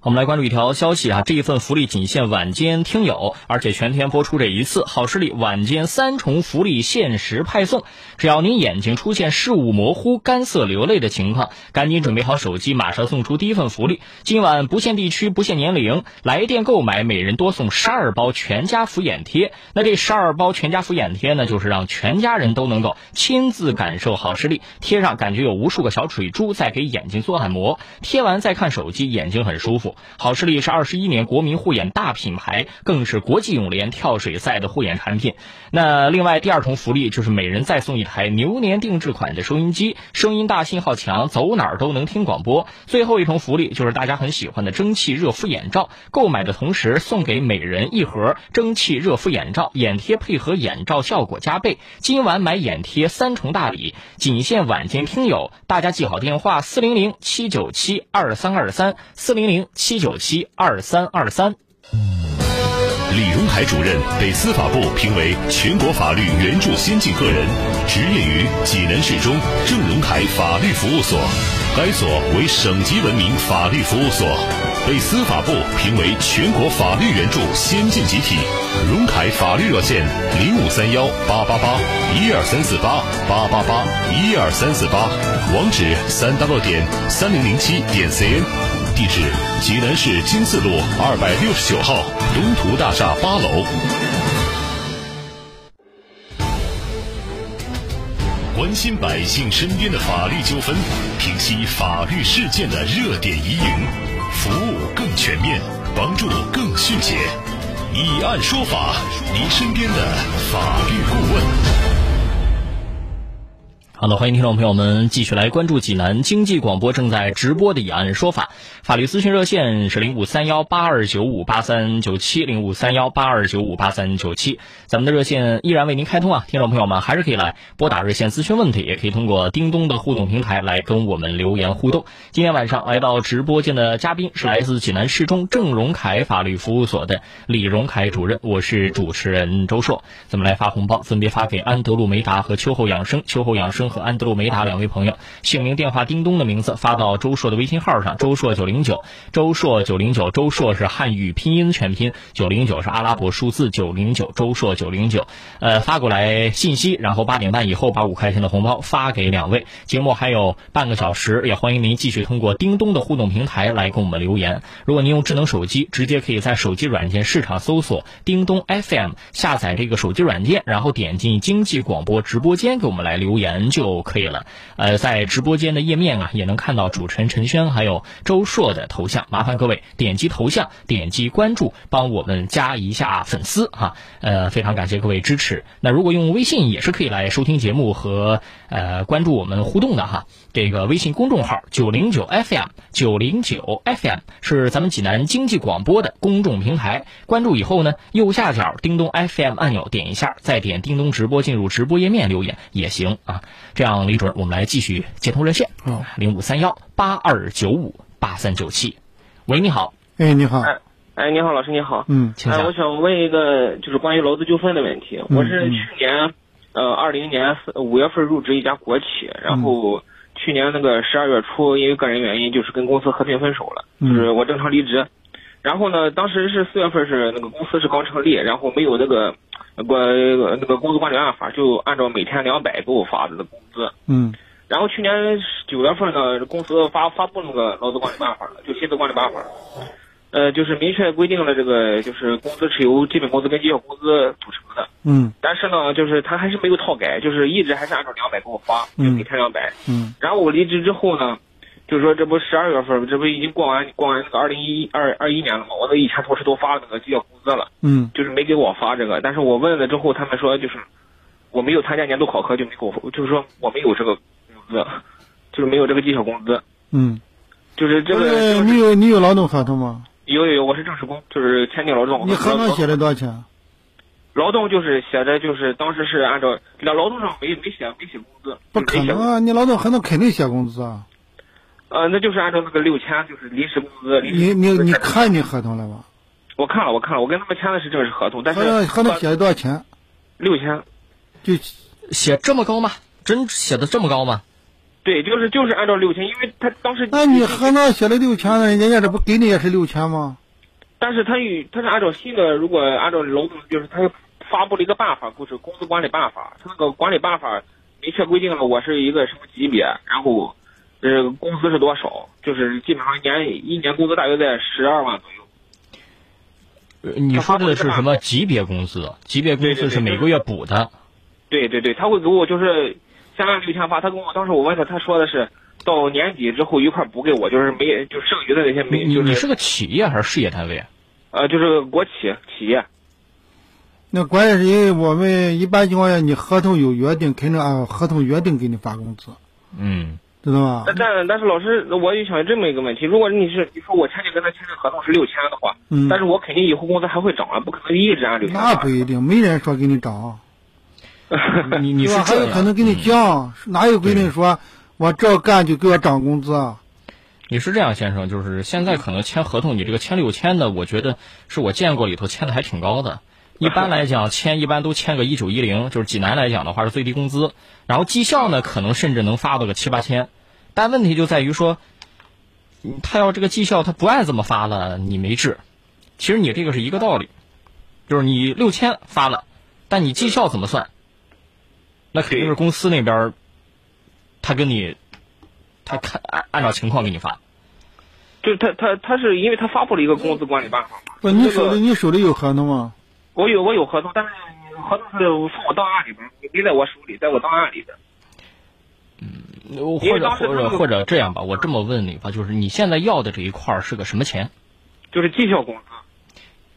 A: 我们来关注一条消息啊，这一份福利仅限晚间听友，而且全天播出这一次。好视力晚间三重福利限时派送，只要您眼睛出现视物模糊、干涩、流泪的情况，赶紧准备好手机，马上送出第一份福利。今晚不限地区、不限年龄，来电购买每人多送十二包全家福眼贴。那这十二包全家福眼贴呢，就是让全家人都能够亲自感受好视力，贴上感觉有无数个小水珠在给眼睛做按摩，贴完再看手机，眼睛很舒服。好视力是二十一年国民护眼大品牌，更是国际泳联跳水赛的护眼产品。那另外第二重福利就是每人再送一台牛年定制款的收音机，声音大、信号强，走哪儿都能听广播。最后一重福利就是大家很喜欢的蒸汽热敷眼罩，购买的同时送给每人一盒蒸汽热敷眼罩，眼贴配合眼罩效果加倍。今晚买眼贴三重大礼，仅限晚间听友，大家记好电话：四零零七九七二三二三四零零。七九七二三二三，
I: 李荣海主任被司法部评为全国法律援助先进个人，执业于济南市中郑荣台法律服务所，该所为省级文明法律服务所，被司法部评为全国法律援助先进集体。荣凯法律热线零五三幺八八八一二三四八八八八一二三四八，网址三 w 点三零零七点 cn。地址：济南市京四路二百六十九号东图大厦八楼。关心百姓身边的法律纠纷，平息法律事件的热点疑云，服务更全面，帮助更迅捷。以案说法，您身边的法律顾问。
A: 好的，欢迎听众朋友们继续来关注济南经济广播正在直播的《以案说法》法律咨询热线是零五三幺八二九五八三九七零五三幺八二九五八三九七，咱们的热线依然为您开通啊，听众朋友们还是可以来拨打热线咨询问题，也可以通过叮咚的互动平台来跟我们留言互动。今天晚上来到直播间的嘉宾是来自济南市中郑荣凯法律服务所的李荣凯主任，我是主持人周硕，咱们来发红包，分别发给安德路梅达和秋后养生，秋后养生。和安德鲁梅达两位朋友，姓名、电话、叮咚的名字发到周硕的微信号上，周硕九零九，周硕九零九，周硕是汉语拼音全拼，九零九是阿拉伯数字九零九，周硕九零九，呃，发过来信息，然后八点半以后把五块钱的红包发给两位。节目还有半个小时，也欢迎您继续通过叮咚的互动平台来跟我们留言。如果您用智能手机，直接可以在手机软件市场搜索叮咚 FM，下载这个手机软件，然后点进经济广播直播间，给我们来留言。就可以了。呃，在直播间的页面啊，也能看到主持人陈轩还有周硕的头像。麻烦各位点击头像，点击关注，帮我们加一下粉丝哈、啊。呃，非常感谢各位支持。那如果用微信也是可以来收听节目和呃关注我们互动的哈。这个微信公众号九零九 FM 九零九 FM 是咱们济南经济广播的公众平台。关注以后呢，右下角叮咚 FM 按钮点一下，再点叮咚直播进入直播页面留言也行啊。这样，李主任，我们来继续接通热线，零五三幺八二九五八三九七。喂，你好。
B: 哎，你好。
M: 哎，哎，你好，老师，你好。
B: 嗯，请
M: 哎，我想问一个，就是关于劳资纠纷的问题。
B: 嗯
M: 我是去年，呃，二零年五月份入职一家国企，
B: 嗯
M: 然后去年那个十二月初，因为个人原因，就是跟公司和平分手了，
B: 嗯
M: 就是我正常离职。然后呢，当时是四月份是那个公司是刚成立，然后没有那个呃管呃那个工资管理办法，就按照每天两百给我发的工资。
B: 嗯
M: 然后去年九月份呢，公司发发布那个劳资管理办法了，就薪资管理办法。呃，就是明确规定了这个就是工资是由基本工资跟绩效工资组成的，
B: 嗯
M: 但是呢，就是他还是没有套改，就是一直还是按照两百给我发，就每天两百。
B: 嗯
M: 然后我离职之后呢，就是说这不十二月份，这不已经过完过完那个二零一二二一年了嘛，我的以前同事都发了那个绩效工资了，
B: 嗯
M: 就是没给我发这个，但是我问了之后，他们说就是我没有参加年度考核就没给我，就是说我没有这个工资，就是没有这个绩效工资，
B: 嗯，
M: 就是这
B: 不
M: 个
B: 是你有你有劳动合同吗？
M: 有有有，我是正式工，就是签订劳动合同。
B: 你合同
M: 劳
B: 写了多少钱？
M: 劳动就是写的就是当时是按照劳劳动上没没写没写工资，
B: 不可能啊！你劳动合同肯定写工资啊！
M: 呃，那就是按照那个六千，就是临时工资。临
B: 你
M: 时
B: 你
M: 工资
B: 你
M: 签的
B: 看你合同了吧？
M: 我看了，我看了，我跟他们签的是正式合同，但是呃
B: 合同合同写了多少钱？
M: 六千，
B: 就
A: 写这么高吗？真写的这么高吗？
M: 对，就是就是按照六千，因为他当时
B: 那你合同写了六千呢，人家这不给你也是六千吗？
M: 但是他与他是按照新的，如果按照劳动，就是他发布了一个办法，就是公司管理办法。他那个管理办法明确规定了我是一个什么级别，然后呃工资是多少，就是基本上一年一年工资大约在十二万左右。
A: 呃你说的是什么级别工资？级别工资是每个月补的。
M: 对对对，他会给我就是先按六千发，他跟我当时我问他，他说的是到年底之后一块儿补给我，就是没就是剩余的那些没
A: 你
M: 就
A: 你是
M: 是
A: 个企业还是事业单位？啊
M: 呃就是国企企业。
B: 那关键是因为我们一般情况下，你合同有约定，肯定按合同约定给你发工资，
A: 嗯，
B: 知道吧？
M: 但但但是老师，我也想这么一个问题：如果你是你说我签订跟他签订合同是六千的话，
B: 嗯
M: 但是我肯定以后工资还会涨啊，不可能一直按六千。
B: 那不一定，没人说给你涨，
A: 你
B: 对吧？还有可能给你降，
M: 嗯
B: 哪有规定说我这样干就给我涨工资啊？
A: 你是这样，先生，就是现在可能签合同，你这个签六千的，我觉得是我见过里头签的还挺高的。一般来讲，签一般都签个一九一零，就是济南来讲的话是最低工资，然后绩效呢可能甚至能发到个七八千，但问题就在于说，嗯他要这个绩效他不按这么发了，你没治。其实你这个是一个道理，就是你六千发了，但你绩效怎么算？那肯定是公司那边儿，他跟你，他看按按照情况给你发。
M: 就是他他他是因为他发布了一个工资管理办法嘛。
B: 不，你
M: 这
B: 手
M: 个
B: 里你手里有合同吗？
M: 我有我有合同，但是合同是放我档案里边，没在我手里，在我档案里边。
A: 我
M: 因
A: 或
M: 为
A: 者
M: 当时
A: 或
M: 他
A: 者
M: 们
A: 或者这样吧，我这么问你吧，就是你现在要的这一块儿是个什么钱？
M: 就是绩效工资，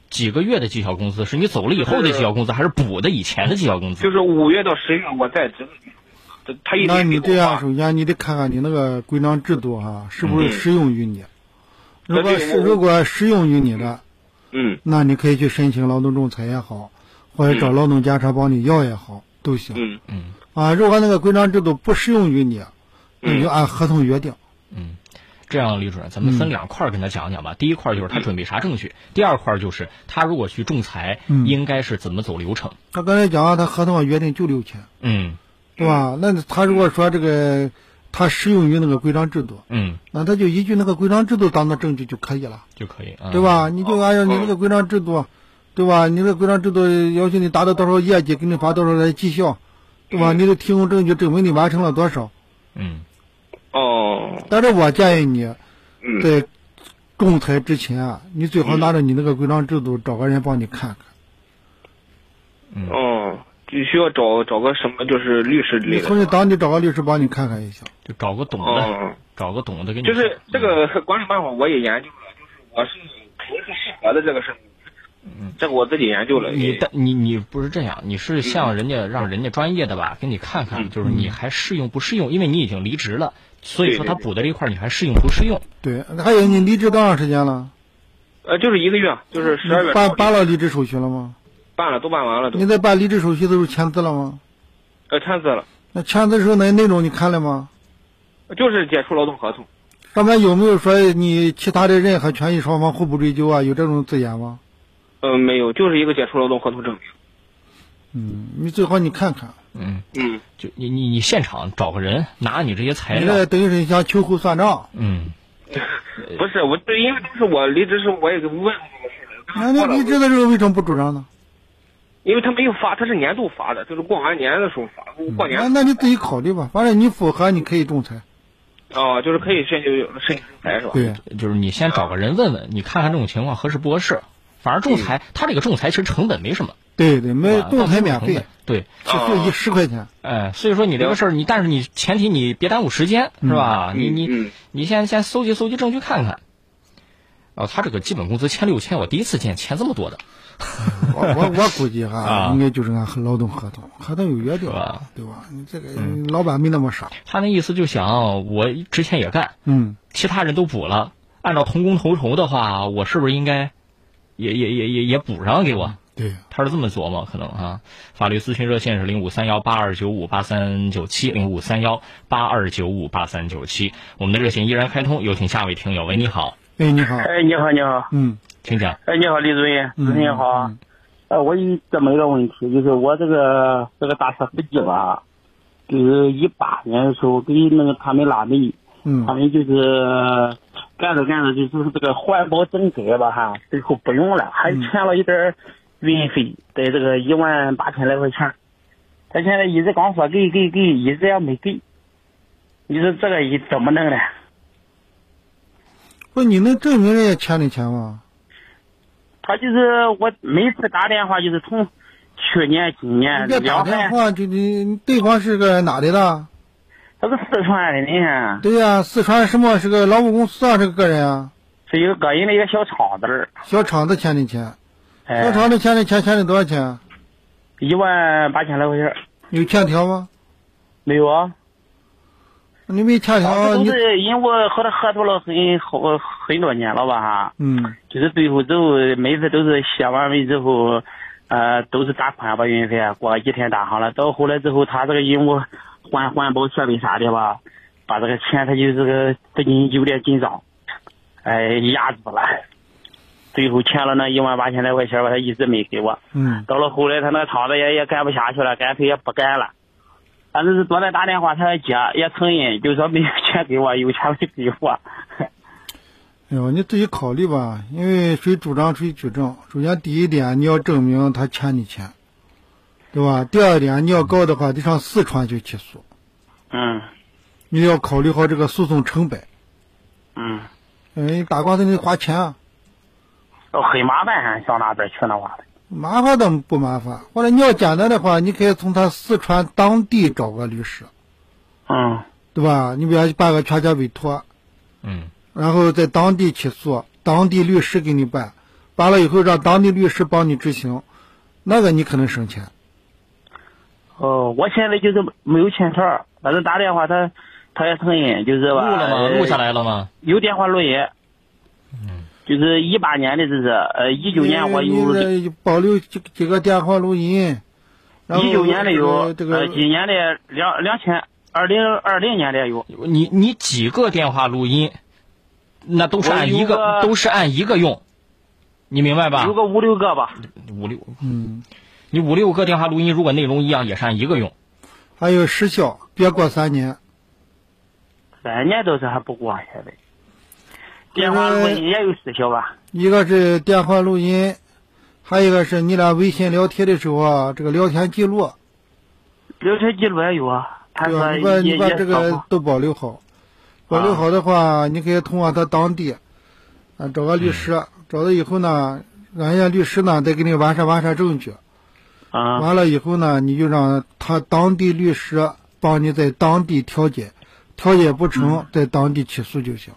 A: 几个月的绩效工资？是你走了以后的绩效工资，还是补的以前的绩效工资？
M: 就是五月到十月我在职的地方，这他一直
B: 那
M: 没
B: 你
M: 给
B: 这
M: 我
B: 样，
M: 发。
B: 首先你得看看你那个规章制度哈、是不
M: 嗯
B: 是适用于你。
M: 那
B: 如果
M: 这个
B: 是
M: 我
B: 如果适用于你的，
M: 嗯，
B: 那你可以去申请劳动仲裁也好，或者找
M: 嗯
B: 劳动监察帮你要也好，都行。
M: 嗯嗯
B: 啊，如果那个规章制度不适用于你，那
M: 嗯
B: 你就按合同约定。
A: 这样，李主任，咱们分
B: 嗯
A: 两块儿跟他讲讲吧。第一块儿就是他
M: 嗯
A: 准备啥证据，第二块儿就是他如果去仲裁，
B: 嗯
A: 应该是怎么走流程。
B: 他刚才讲啊，他合同上约定就六千，
A: 嗯
B: 对吧？那他如果说这个他适用于那个规章制度，
A: 嗯，
B: 那他就依据那个规章制度当做证据就可以了，
A: 就可以
M: 嗯
A: 啊。
B: 对？吧？你就按照你那
M: 哦
B: 个规章制度，对吧？你的规章制度要求你达到多少业绩，给你发多少的绩效，对
M: 嗯
B: 吧？你得提供证据证明你完成了多少。
A: 嗯，
M: 哦，
B: 但是我建议你，
M: 嗯，
B: 在仲裁之前啊，你最好拿着你那个规章制度找个人帮你看看。嗯
M: 哦，就需要找找个什么就是律师之类
B: 你
M: 的。
B: 从你当地找个律师帮你看看一下。
A: 就找个懂
M: 哦
A: 的，找个懂的给你。
M: 就是这个管理办法我也研究了，就是我是肯定是适合的这个事情，这个我自己研究了。
A: 嗯你
M: 也
A: 但你你不是这样，你是像人家让人家专业的吧，给你看
M: 嗯
A: 看，就是你
B: 嗯
A: 还适用不适用，因为你已经离职了，所以说他补的这一块儿你还适用不适用？
B: 对，还有你离职多长时间了？
M: 呃，就是一个月，就是十啊二月
B: 办办了离职手续了吗？
M: 办了，都办完了，都
B: 你在办离职手续的时候签字了吗？
M: 呃签字了，
B: 那签字的时候那内容你看了吗？
M: 就是解除劳动合同。
B: 上面有没有说你其他的任何权益双方互不追究啊？有这种字眼吗？
M: 嗯，没有，就是一个解除劳动合同证明。
B: 嗯，你最好你看看，
A: 嗯
M: 嗯，
A: 就你你你现场找个人拿你这些材
B: 你这
A: 料，
B: 等于是想秋后算账。
A: 嗯，
M: 不是，我就是因为当时我离职时候我也问过这个事儿，
B: 那那离职的时候为什么不主张呢？
M: 因为他没有发，他是年度发
A: 嗯
M: 的，就是过完年的时候发，过年
B: 那那你自己考虑吧，反正你符合你可以仲裁。
M: 哦，就是可以申请申请仲裁是吧？
B: 对，
A: 就是你先找个人问问，你看看这种情况合适不合适。反正仲裁，他这个仲裁其实成本没什么，
B: 对对，没
A: 啊
B: 仲裁免费，
A: 对，
B: 只付一十块钱。
A: 哎，所以说你这个事儿，你但是你前提你别耽误时间，
B: 嗯
A: 是吧？你你你先先搜集搜集证据看看。哦，他这个基本工资千六千，我第一次见钱这么多的。
B: 我我我估计 哈
A: 啊，
B: 应该就是按劳动合同，合同有约定，对吧？嗯你这个老板没那么傻，
A: 嗯他那意思就想，我之前也干，
B: 嗯，
A: 其他人都补了，按照同工同酬的话，我是不是应该也也也也也补上给我？
B: 对，
A: 他是这么琢磨，可能啊。法律咨询热线是零五三幺八二九五八三九七零五三幺八二九五八三九七，我们的热线依然开通，有请下一位听友。喂，你好，
B: 哎，你好，
R: 哎，你好，你好，
B: 嗯，
A: 请讲。
R: 哎，你好，李主任，主
A: 嗯
R: 持人好啊。呃，我有这么一个问题，就是我这个这个大车司机吧，就是一八年的时候给那个他们拉煤，
B: 嗯
R: 他们就是干着干着就就是这个环保整改吧哈，最后不用了，
B: 嗯
R: 还欠了一点儿运费，在这个一万八千来块钱儿。他现在一直光说给给给，一直也没给。你说这个一怎么弄呢？
B: 不，你能证明人家欠你钱吗？
R: 他就是我每次打电话就是从去年、今年
B: 人家打
R: 两
B: 电
R: 番，
B: 话就你对方是个哪里的？
R: 他是四川的呢，
B: 对呀、四川什么是个劳务公司啊，是个个人啊，
R: 是一个个人的一个小厂子儿，
B: 小厂子欠你钱，
R: 哎
B: 小，厂子欠你钱，欠你多少钱？
R: 一万八千来块钱儿，
B: 有欠条吗？
R: 没有啊。
B: 你没欠
K: 啊
B: 条，
R: 哦都
B: 你
R: 是因为我和他合作了很好很多年了吧哈，
B: 嗯，
R: 就是最后之后每次都是写完费之后，呃，都是打款吧运费，过几天打上了。到后来之后，他这个因为换环保设备啥的吧，把这个钱他就这个资金有点紧张，哎，压住了。最后欠了那一万八千来块钱吧，他一直没给我。
B: 嗯
R: 到了后来，他那个厂子也也干不下去了，干脆也不干了。反正是昨天打电话，他也接，也承认，就说没有钱给我，有钱没给我。
B: 哎呦，你自己考虑吧，因为谁主张谁举证。首先第一点，你要证明他欠你钱，对吧？第二点，你要告的话，得上四川去起诉，
R: 嗯
B: 你要考虑好这个诉讼成本。
R: 嗯，
B: 哎，打官司你得花钱啊，
R: 哦，很麻烦，上那边去那娃的。
B: 麻烦倒不麻烦。或者你要简单的话，你可以从他四川当地找个律师，
R: 嗯
B: 对吧？你比方办个全权委托，
A: 嗯，
B: 然后在当地起诉，当地律师给你办，办了以后让当地律师帮你执行，那个你可能省钱。
R: 哦，我现在就是没有欠条儿，反正打电话他他也承认，就是吧。
A: 录了吗？
R: 呃
A: 录下来了嗯吗？
R: 有电话录音。嗯。就是一八年的，这是呃一九年我有
B: 你你保留几几个电话录音，然后
R: 一九年的有，
B: 这个
R: 呃，今年的两两千二零二零年的有，
A: 你你几个电话录音，那都是按一
R: 我
A: 个
R: 有个
A: 都是按一个用，你明白吧？
R: 有个五六个吧。
A: 五六，
B: 嗯，
A: 你五六个电话录音，如果内容一样，也是按一个用。
B: 还有时效，别过三年。
R: 三年呃都是还不过现在。电话
B: 呃
R: 录音也有时效吧？
B: 一个是电话录音，还有一个是你俩微信聊天的时候啊，这个聊天记录，
R: 聊天记录也有啊。他
B: 对吧？
R: 说
B: 你把
R: 也
B: 你把
R: 也
B: 这
R: 少
B: 个
R: 过
B: 都保留
R: 啊
B: 好，保留好的话，你可以通过他当地，啊，找个律
R: 嗯
B: 师，找到以后呢，人家律师呢再给你完善完善证据，
R: 啊
B: 完了以后呢，你就让他当地律师帮你在当地调解，调解不
R: 嗯
B: 成，在当地起诉就行。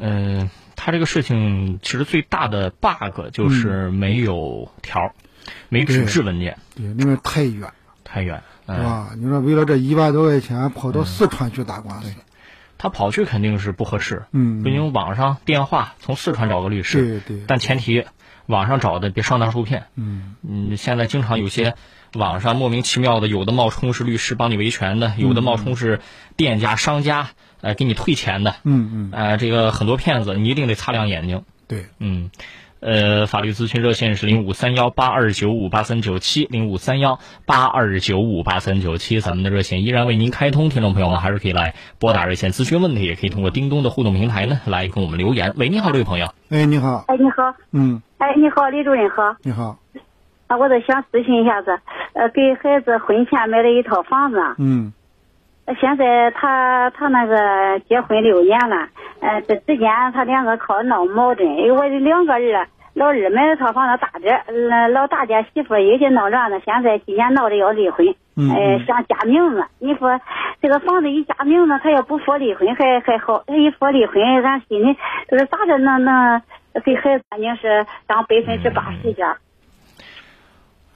A: 嗯、他这个事情其实最大的 bug 就是没有条儿，没纸质文件，
B: 嗯对，那个太远，
A: 太远。
R: 哎
B: 是
A: 嗯，
B: 吧？你说为了这一万多块钱跑到四川去打官司，
A: 他跑去肯定是不合适。
B: 嗯
A: 不行，网上电话从四川找个律师，
B: 对对
A: 但前提网上找的别上当受骗。
B: 嗯
A: 嗯，现在经常有些网上莫名其妙的，有的冒充是律师帮你维权的，有的
B: 嗯
A: 冒充是店家、商家，呃，给你退钱的。
B: 嗯嗯，
A: 呃，这个很多骗子，你一定得擦亮眼睛。
B: 对，
A: 嗯，呃，法律咨询热线是零五三幺八二九五八三九七零五三幺八二九五八三九七，咱们的热线依然为您开通，听众朋友们还是可以来拨打热线咨询问题，也可以通过叮咚的互动平台呢来跟我们留言。喂，你好，这位朋友。
B: 哎，你好，
S: 哎，你好，
B: 嗯，
S: 哎，你好，李主任好，
B: 你好，
S: 啊，我都想咨询一下子，呃，给孩子婚前买了一套房子，
B: 嗯
S: 现在他他那个结婚六年了，呃，这之间他两个靠闹矛盾，因为我两个儿啊，老二买了套房，老大姐，呃老大姐媳妇也就闹着呢，现在今年闹着要离婚，
T: 嗯
S: 呃
T: 嗯，
S: 想加名字，你说这个房子一加名字，他要不说离婚还还好，他一说离婚，咱心里就是咋着能能给孩子肯定是当百分之八十家。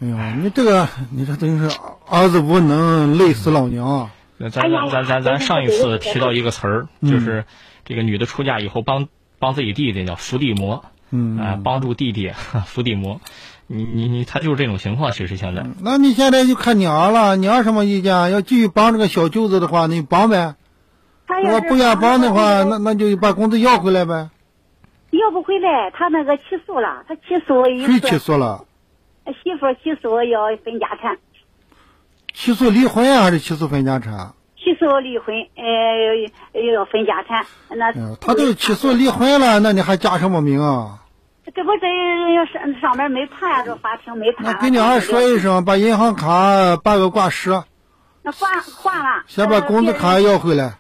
B: 哎呀，你这个，你这真是儿子无能，累死老娘啊。
A: 那咱咱咱咱咱上一次提到一个词儿，
B: 嗯
A: 就是这个女的出嫁以后帮帮自己弟弟叫扶地魔，
B: 嗯
A: 啊，帮助弟 弟扶地魔，你你你，他就是这种情况，其实现在，
B: 那你现在就看你儿了，你儿什么意见？啊要继续帮这个小舅子的话，你帮呗。
S: 他
B: 如
S: 要
B: 果
S: 是
B: 嗯不愿帮的话，那
S: 那
B: 那就把工资要回来呗。
S: 要不回来，他那个起诉了，他起诉一
B: 谁
S: 次
B: 起诉了？
S: 媳妇儿起诉要分家产，
B: 起诉离婚啊呀、还是起诉分家产？
S: 起诉离婚，呃，要分家产。那、
B: 哎呀，他都起诉离婚了，那你还加什么名啊？
S: 这不这要上上面没判呀、这法庭没判、
B: 跟你儿说一声，把银行卡办个挂失，
S: 那挂挂了，
B: 先把
S: 呃
B: 工资
S: 别
B: 卡要回来。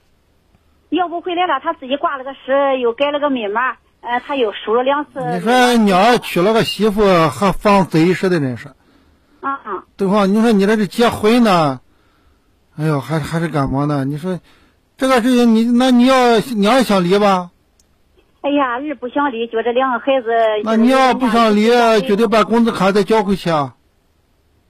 S: 要不回来了，他自己挂了个失，又改了个密码，呃，他又输了两次。
B: 你说你儿娶了个媳妇还放贼似的，真是。
S: 啊、嗯，
B: 对吧？你说你这是结婚呢，哎呦，还还是干嘛呢？你说这个事情你，那你要你要想离吧？
S: 哎呀，日不想离，觉着两个孩子。
B: 那你要不想离，就得把工资卡再交回去啊。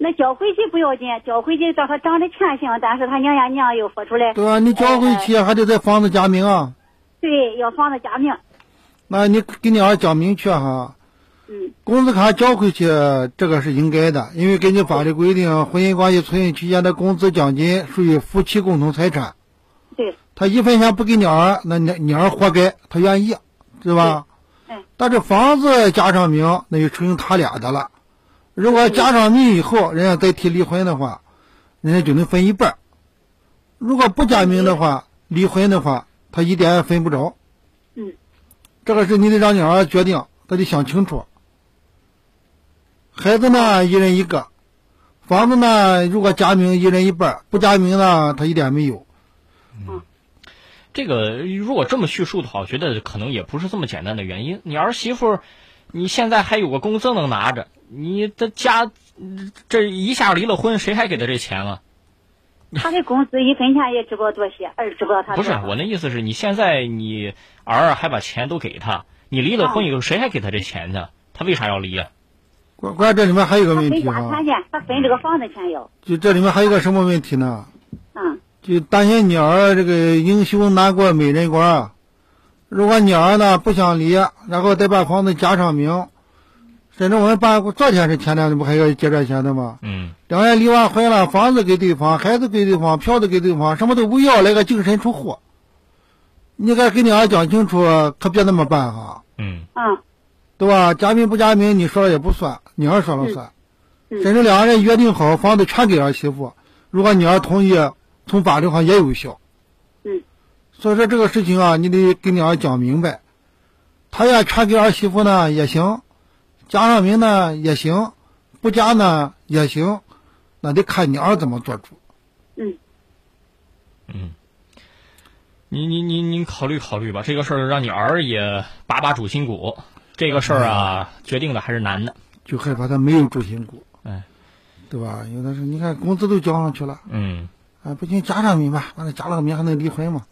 S: 那交回去不要紧，交回去让他长的全性，但是他娘家娘又说出来。呃
B: 对吧？你交回去还得在房子加名啊。
S: 对，要房子加名。
B: 那你给你儿讲明确哈，
S: 嗯，
B: 工资卡交回去这个是应该的，因为根据法律规定，婚姻关系存续期间的工资奖金属于夫妻共同财产。
S: 对，
B: 他一分钱不给你儿，那你你儿活该，他愿意，是吧？但是房子加上名，那就成他俩的了。如果加上名以后，人家再提离婚的话，人家就能分一半儿。如果不加名的话，离婚的话，他一点也分不着。
S: 嗯，
B: 这个事你得让你儿决定，他得想清楚。孩子呢，一人一个；房子呢，如果加名，一人一半儿；不加名呢，他一点没有。
A: 这个如果这么叙述的话，我觉得可能也不是这么简单的原因。你儿媳妇儿，你现在还有个工资能拿着，你的家
B: 嗯
A: 这一下离了婚，谁还给他这钱啊？
S: 他的工资一分钱也只不过多些，儿只不过他
A: 不是啊
S: 多少
A: 我那意思是你现在你儿还把钱都给他，你离了婚以后谁还给他这钱呢？他为啥要离啊？
B: 关关键这里面还有个问
S: 分
B: 题
S: 家
B: 哈、
S: 产钱，他分这个房子钱要。
B: 就这里面还有个什么问题呢？
S: 嗯，
B: 就担心女儿这个英雄难过美人关啊。如果女儿呢不想离，然后再把房子加上名，甚至我们办昨天是前天不还要结这钱的吗？
A: 嗯，
B: 两人离完婚了，房子给对方，孩子给对方，票子给对方，什么都不要，来个净身出户。你该跟女儿讲清楚，可别那么办哈、
A: 嗯
S: 嗯，
B: 对吧？加名不加名，你说了也不算，女儿说了算。
S: 嗯
B: 甚至两个人约定好，房子全给儿媳妇，如果女儿同意，从法律上也有效。
S: 嗯，
B: 所以说这个事情啊，你得跟你儿讲明白。他要全给儿媳妇呢也行，加上名呢也行，不加呢也行，那得看你儿怎么做主。
A: 你你你你考虑考虑吧，这个事儿让你儿也把把主心骨，这个事儿啊，决定的还是难的。
B: 就害怕他没有主心骨，
A: 哎，
B: 对吧？有的是你看工资都交上去了，
A: 嗯，
B: 啊，不行加上名吧，完了加了个名还能离婚嘛？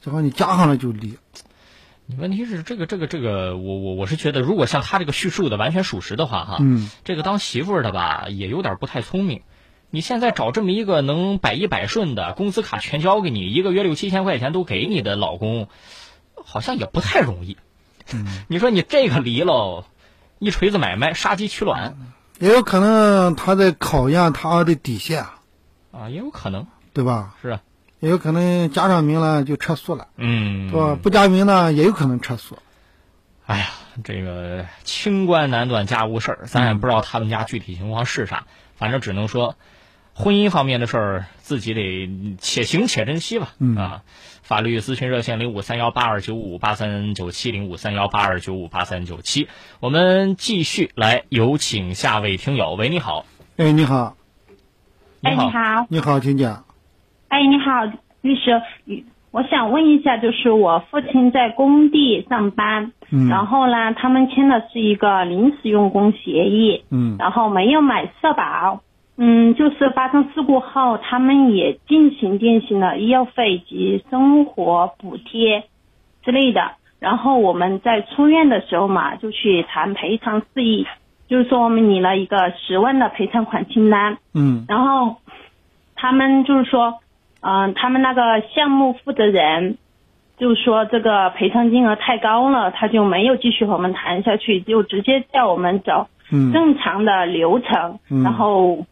B: 结果你加上了就离，
A: 你问题是这个这个这个，我我我是觉得，如果像他这个叙述的完全属实的话，哈，
B: 嗯，
A: 这个当媳妇儿的吧，也有点不太聪明。你现在找这么一个能百依百顺的，工资卡全交给你，一个月六七千块钱都给你的老公，好像也不太容易。
B: 嗯
A: 你说你这个离喽，一锤子买卖，杀鸡取卵
B: 也有可能他在考验他儿的底线，
A: 啊，也有可能
B: 对吧？
A: 是啊，
B: 也有可能加上名了就撤诉了，
A: 嗯，
B: 对吧？不加名呢也有可能撤诉。
A: 哎呀，这个清官难断家务事儿，咱也不知道他们家具体情况是啥，反正只能说，婚姻方面的事儿自己得且行且珍惜吧。
B: 嗯
A: 啊，法律咨询热线零五三幺八二九五八三九七零五三幺八二九五八三九七，我们继续来有请下位听友。喂，你好，
B: 哎，你好，
A: 你好，
U: 好，
B: 你好，请讲。
U: 哎，你好，
T: 律师，你我想问一下，就是我父亲在工地上班，
B: 嗯
T: 然后呢，他们签的是一个临时用工协议，
B: 嗯
T: 然后没有买社保，嗯，就是发生事故后，他们也进行进行了医药费及生活补贴之类的。然后我们在出院的时候嘛，就去谈赔偿事宜，就是说我们拟了一个十万的赔偿款清单，
B: 嗯
T: 然后他们就是说，嗯、他们那个项目负责人就是说这个赔偿金额太高了，他就没有继续和我们谈下去，就直接叫我们走
B: 嗯
T: 正常的流程。
B: 嗯
T: 然后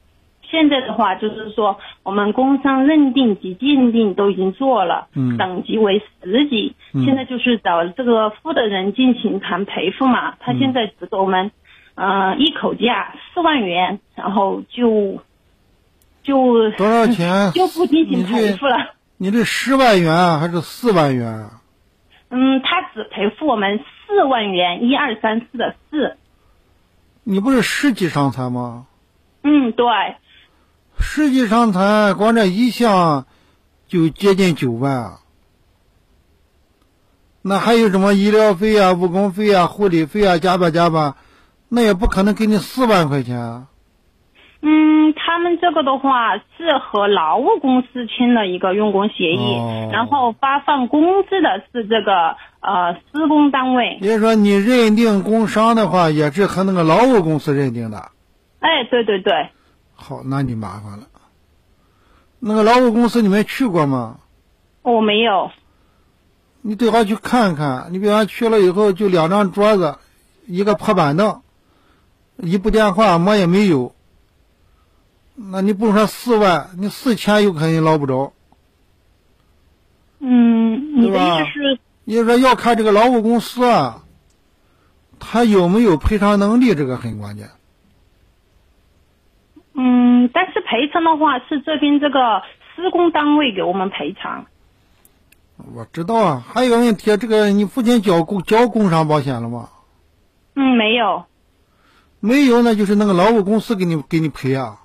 T: 现在的话就是说，我们工伤认定及鉴定都已经做了，
B: 嗯
T: 等级为十级，
B: 嗯
T: 现在就是找这个负责人进行谈赔付嘛，他
B: 嗯
T: 现在只给我们。呃，一口价四万元，然后就就
B: 多少钱？
T: 就不进行赔付了。
B: 你这十万元啊还是四万元啊？
T: 嗯，他只赔付我们四万元，一二三四的四。
B: 你不是十级伤残吗？
T: 嗯，对，
B: 十级伤残光这一项就接近九万啊。那还有什么医疗费啊、误工费啊、护理费啊，加吧加吧，那也不可能给你四万块钱啊。
T: 嗯，他们这个的话是和劳务公司签了一个用工协议，
B: 哦
T: 然后发放工资的是这个呃施工单位。
B: 也就是说，你认定工伤的话，也是和那个劳务公司认定的。
T: 哎，对对对，
B: 好，那你麻烦了。那个劳务公司你们去过吗？
T: 我哦没有。
B: 你最好去看看。你比方去了以后，就两张桌子，一个破板凳，一部电话，么也没有。那你不说四万，你四千有可能捞不着。
T: 嗯，你
B: 对
T: 的
B: 吧
T: 意思是，
B: 也就是说，要看这个劳务公司啊，他有没有赔偿能力，这个很关键。
T: 嗯，但是赔偿的话是这边这个施工单位给我们赔偿。
B: 我知道啊。还有个问题，这个你父亲交工交工伤保险了吗？
T: 嗯，没有。
B: 没有呢，就是那个劳务公司给你给你赔啊，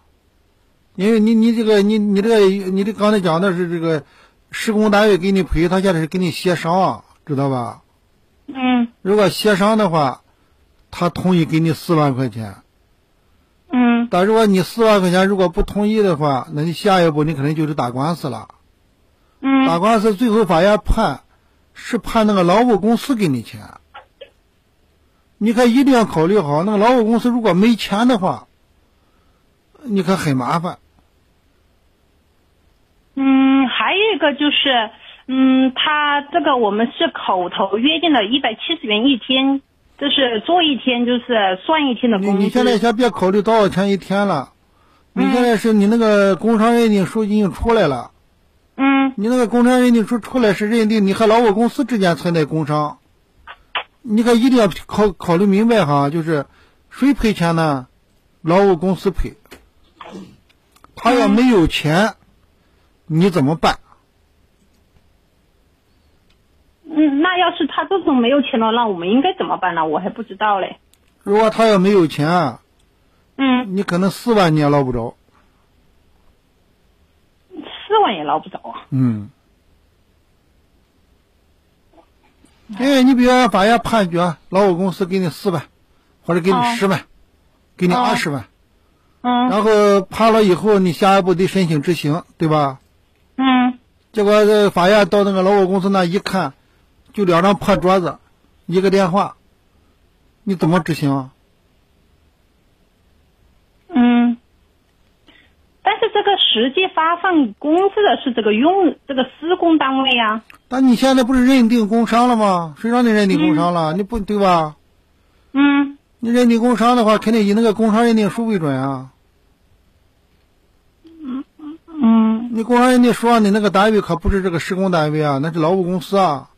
B: 因为你你这个你你这个你这刚才讲的是这个施工单位给你赔，他现在是给你协商啊，知道吧？
T: 嗯
B: 如果协商的话，他同意给你四万块钱，
T: 嗯。
B: 但如果你四万块钱如果不同意的话，那你下一步你可能就是打官司了。
T: 嗯。
B: 打官司最后法院判是判那个劳务公司给你钱，你可一定要考虑好，那个劳务公司如果没钱的话，你可很麻烦。
T: 嗯，还有一个就是，嗯，他这个我们是口头约定的一百七十元一天，就是做一天就是算一天的
B: 你
T: 工资。
B: 你现在先别考虑多少钱一天了，你现在是你那个工伤认定书已经出来了。
T: 嗯。
B: 你那个工伤认定书出来是认定你和劳务公司之间存在工伤，你可一定要考考虑明白哈，就是谁赔钱呢？劳务公司赔。他要没有钱，你怎么办？
T: 嗯，那要是他这种没有钱了，那我们应该怎么办呢？我还不知道嘞。
B: 如果他要没有钱，啊
T: 嗯，
B: 你可能四万你也捞不着。
T: 四万也捞不着啊。
B: 嗯，因哎为你比方说法院判决劳务公司给你四万，或者给你
T: 哦
B: 十万，给你
T: 哦
B: 二十万，
T: 嗯
B: 然后判了以后，你下一步得申请执行，对吧？
T: 嗯
B: 结果这法院到那个劳务公司那一看，就两张破桌子，一个电话，你怎么执行啊？
T: 嗯。但是这个实际发放工资的是这个用这个施工单位啊呀、
B: 但你现在不是认定工伤了吗？谁让你认定工伤了？你不对吧？
T: 嗯。
B: 你认定工伤的话，肯定以那个工伤认定书为准啊。
T: 嗯。
B: 你工伤认定书啊上你那个单位可不是这个施工单位啊，那是劳务公司啊，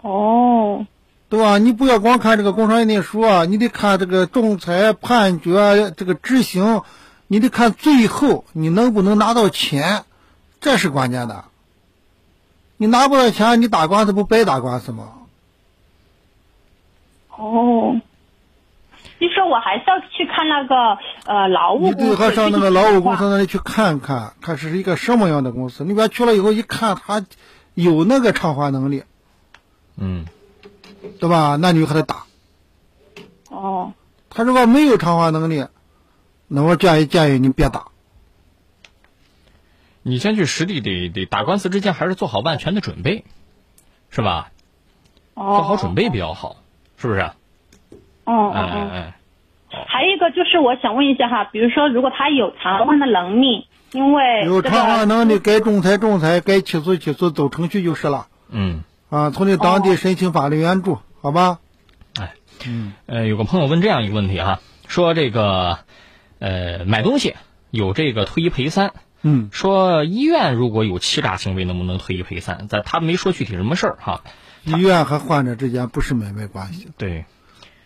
T: 哦，
B: 对吧？你不要光看这个工伤认定书啊，你得看这个仲裁判决、这个执行，你得看最后你能不能拿到钱，这是关键的。你拿不到钱，你打官司不白打官司吗？
T: 哦，其实我还是要去看那个呃劳务
B: 你
T: 公司
B: 最好上那
T: 具
B: 个
T: 体
B: 劳务
T: 情
B: 公
T: 况
B: 司那里去看看，看是一个什么样的公司。你别去了以后一看，他有那个偿还能力，
A: 嗯，
B: 对吧？那你就和他打。
T: 哦，
B: 他如果没有偿还能力，那我建议建议你别打。
A: 你先去实地得得打官司之前，还是做好万全的准备，是吧？做好
T: 哦
A: 准备比较好，是不是？
T: 哦哦
A: 哎哎
T: 哦。
A: 哎，
T: 还有一个就是我想问一下哈，比如说如果他有偿还的能力，因为
B: 有
T: 这
B: 偿还
T: 个
B: 能力，该仲裁仲裁，该起诉起诉，走程序就是了。
A: 嗯，
B: 啊，从你当地申请法律援助，好吧？
A: 呃，有个朋友问这样一个问题哈，说这个呃买东西有这个退一赔三，
B: 嗯，
A: 说医院如果有欺诈行为，能不能退一赔三？咱他没说具体什么事儿哈。
B: 医院和患者之间不是买卖关系，
A: 对，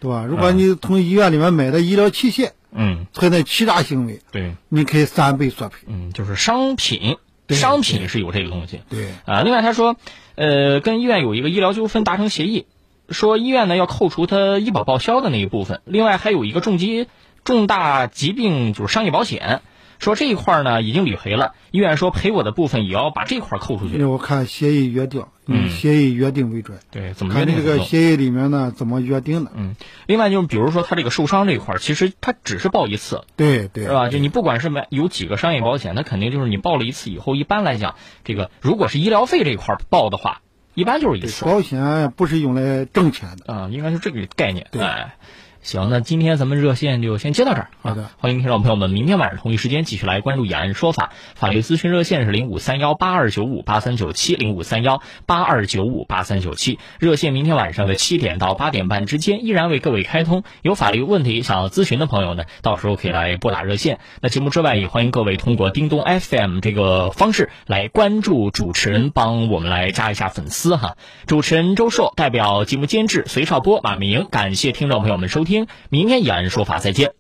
B: 对吧？如果你从医院里面买的医疗器械
A: 嗯，
B: 存在欺诈行为，
A: 对，
B: 你可以三倍索赔。
A: 嗯，就是商品，商品是有这个东西。
B: 对，
A: 啊，另外他说，呃，跟医院有一个医疗纠纷达成协议，说医院呢要扣除他医保报销的那一部分，另外还有一个重疾重大疾病就是商业保险，说这一块儿呢已经理赔了，医院说赔我的部分也要把这块儿扣出去。
B: 那我看协议约定，
A: 嗯
B: 以协议约定为准。
A: 对，怎么约
B: 看
A: 定
B: 这
A: 怎么
B: 个
A: 弄
B: 协议里面呢，怎么约定的？
A: 嗯，另外就是比如说他这个受伤这一块儿，其实他只是报一次，
B: 对对，
A: 是吧？就你不管是买有几个商业保险，它肯定就是你报了一次以后，一般来讲，这个如果是医疗费这一块儿报的话，一般就是一次。
B: 保险不是用来挣钱的。
A: 啊、应该是这个概念。对、哎行，那今天咱们热线就先接到这儿。
B: 好
A: 啊
B: 的，
A: 欢迎听众朋友们，明天晚上同一时间继续来关注《雅安说法》，法律咨询热线是零五三幺八二九五八三九七零五三幺八二九五八三九七，热线明天晚上的七点到八点半之间依然为各位开通。有法律问题想要咨询的朋友呢，到时候可以来拨打热线。那节目之外，也欢迎各位通过叮咚 FM 这个方式来关注主持人，帮我们来加一下粉丝哈。主持人周硕代表节目监制隋少波、马明，感谢听众朋友们收听，明天《雅安说法》再见。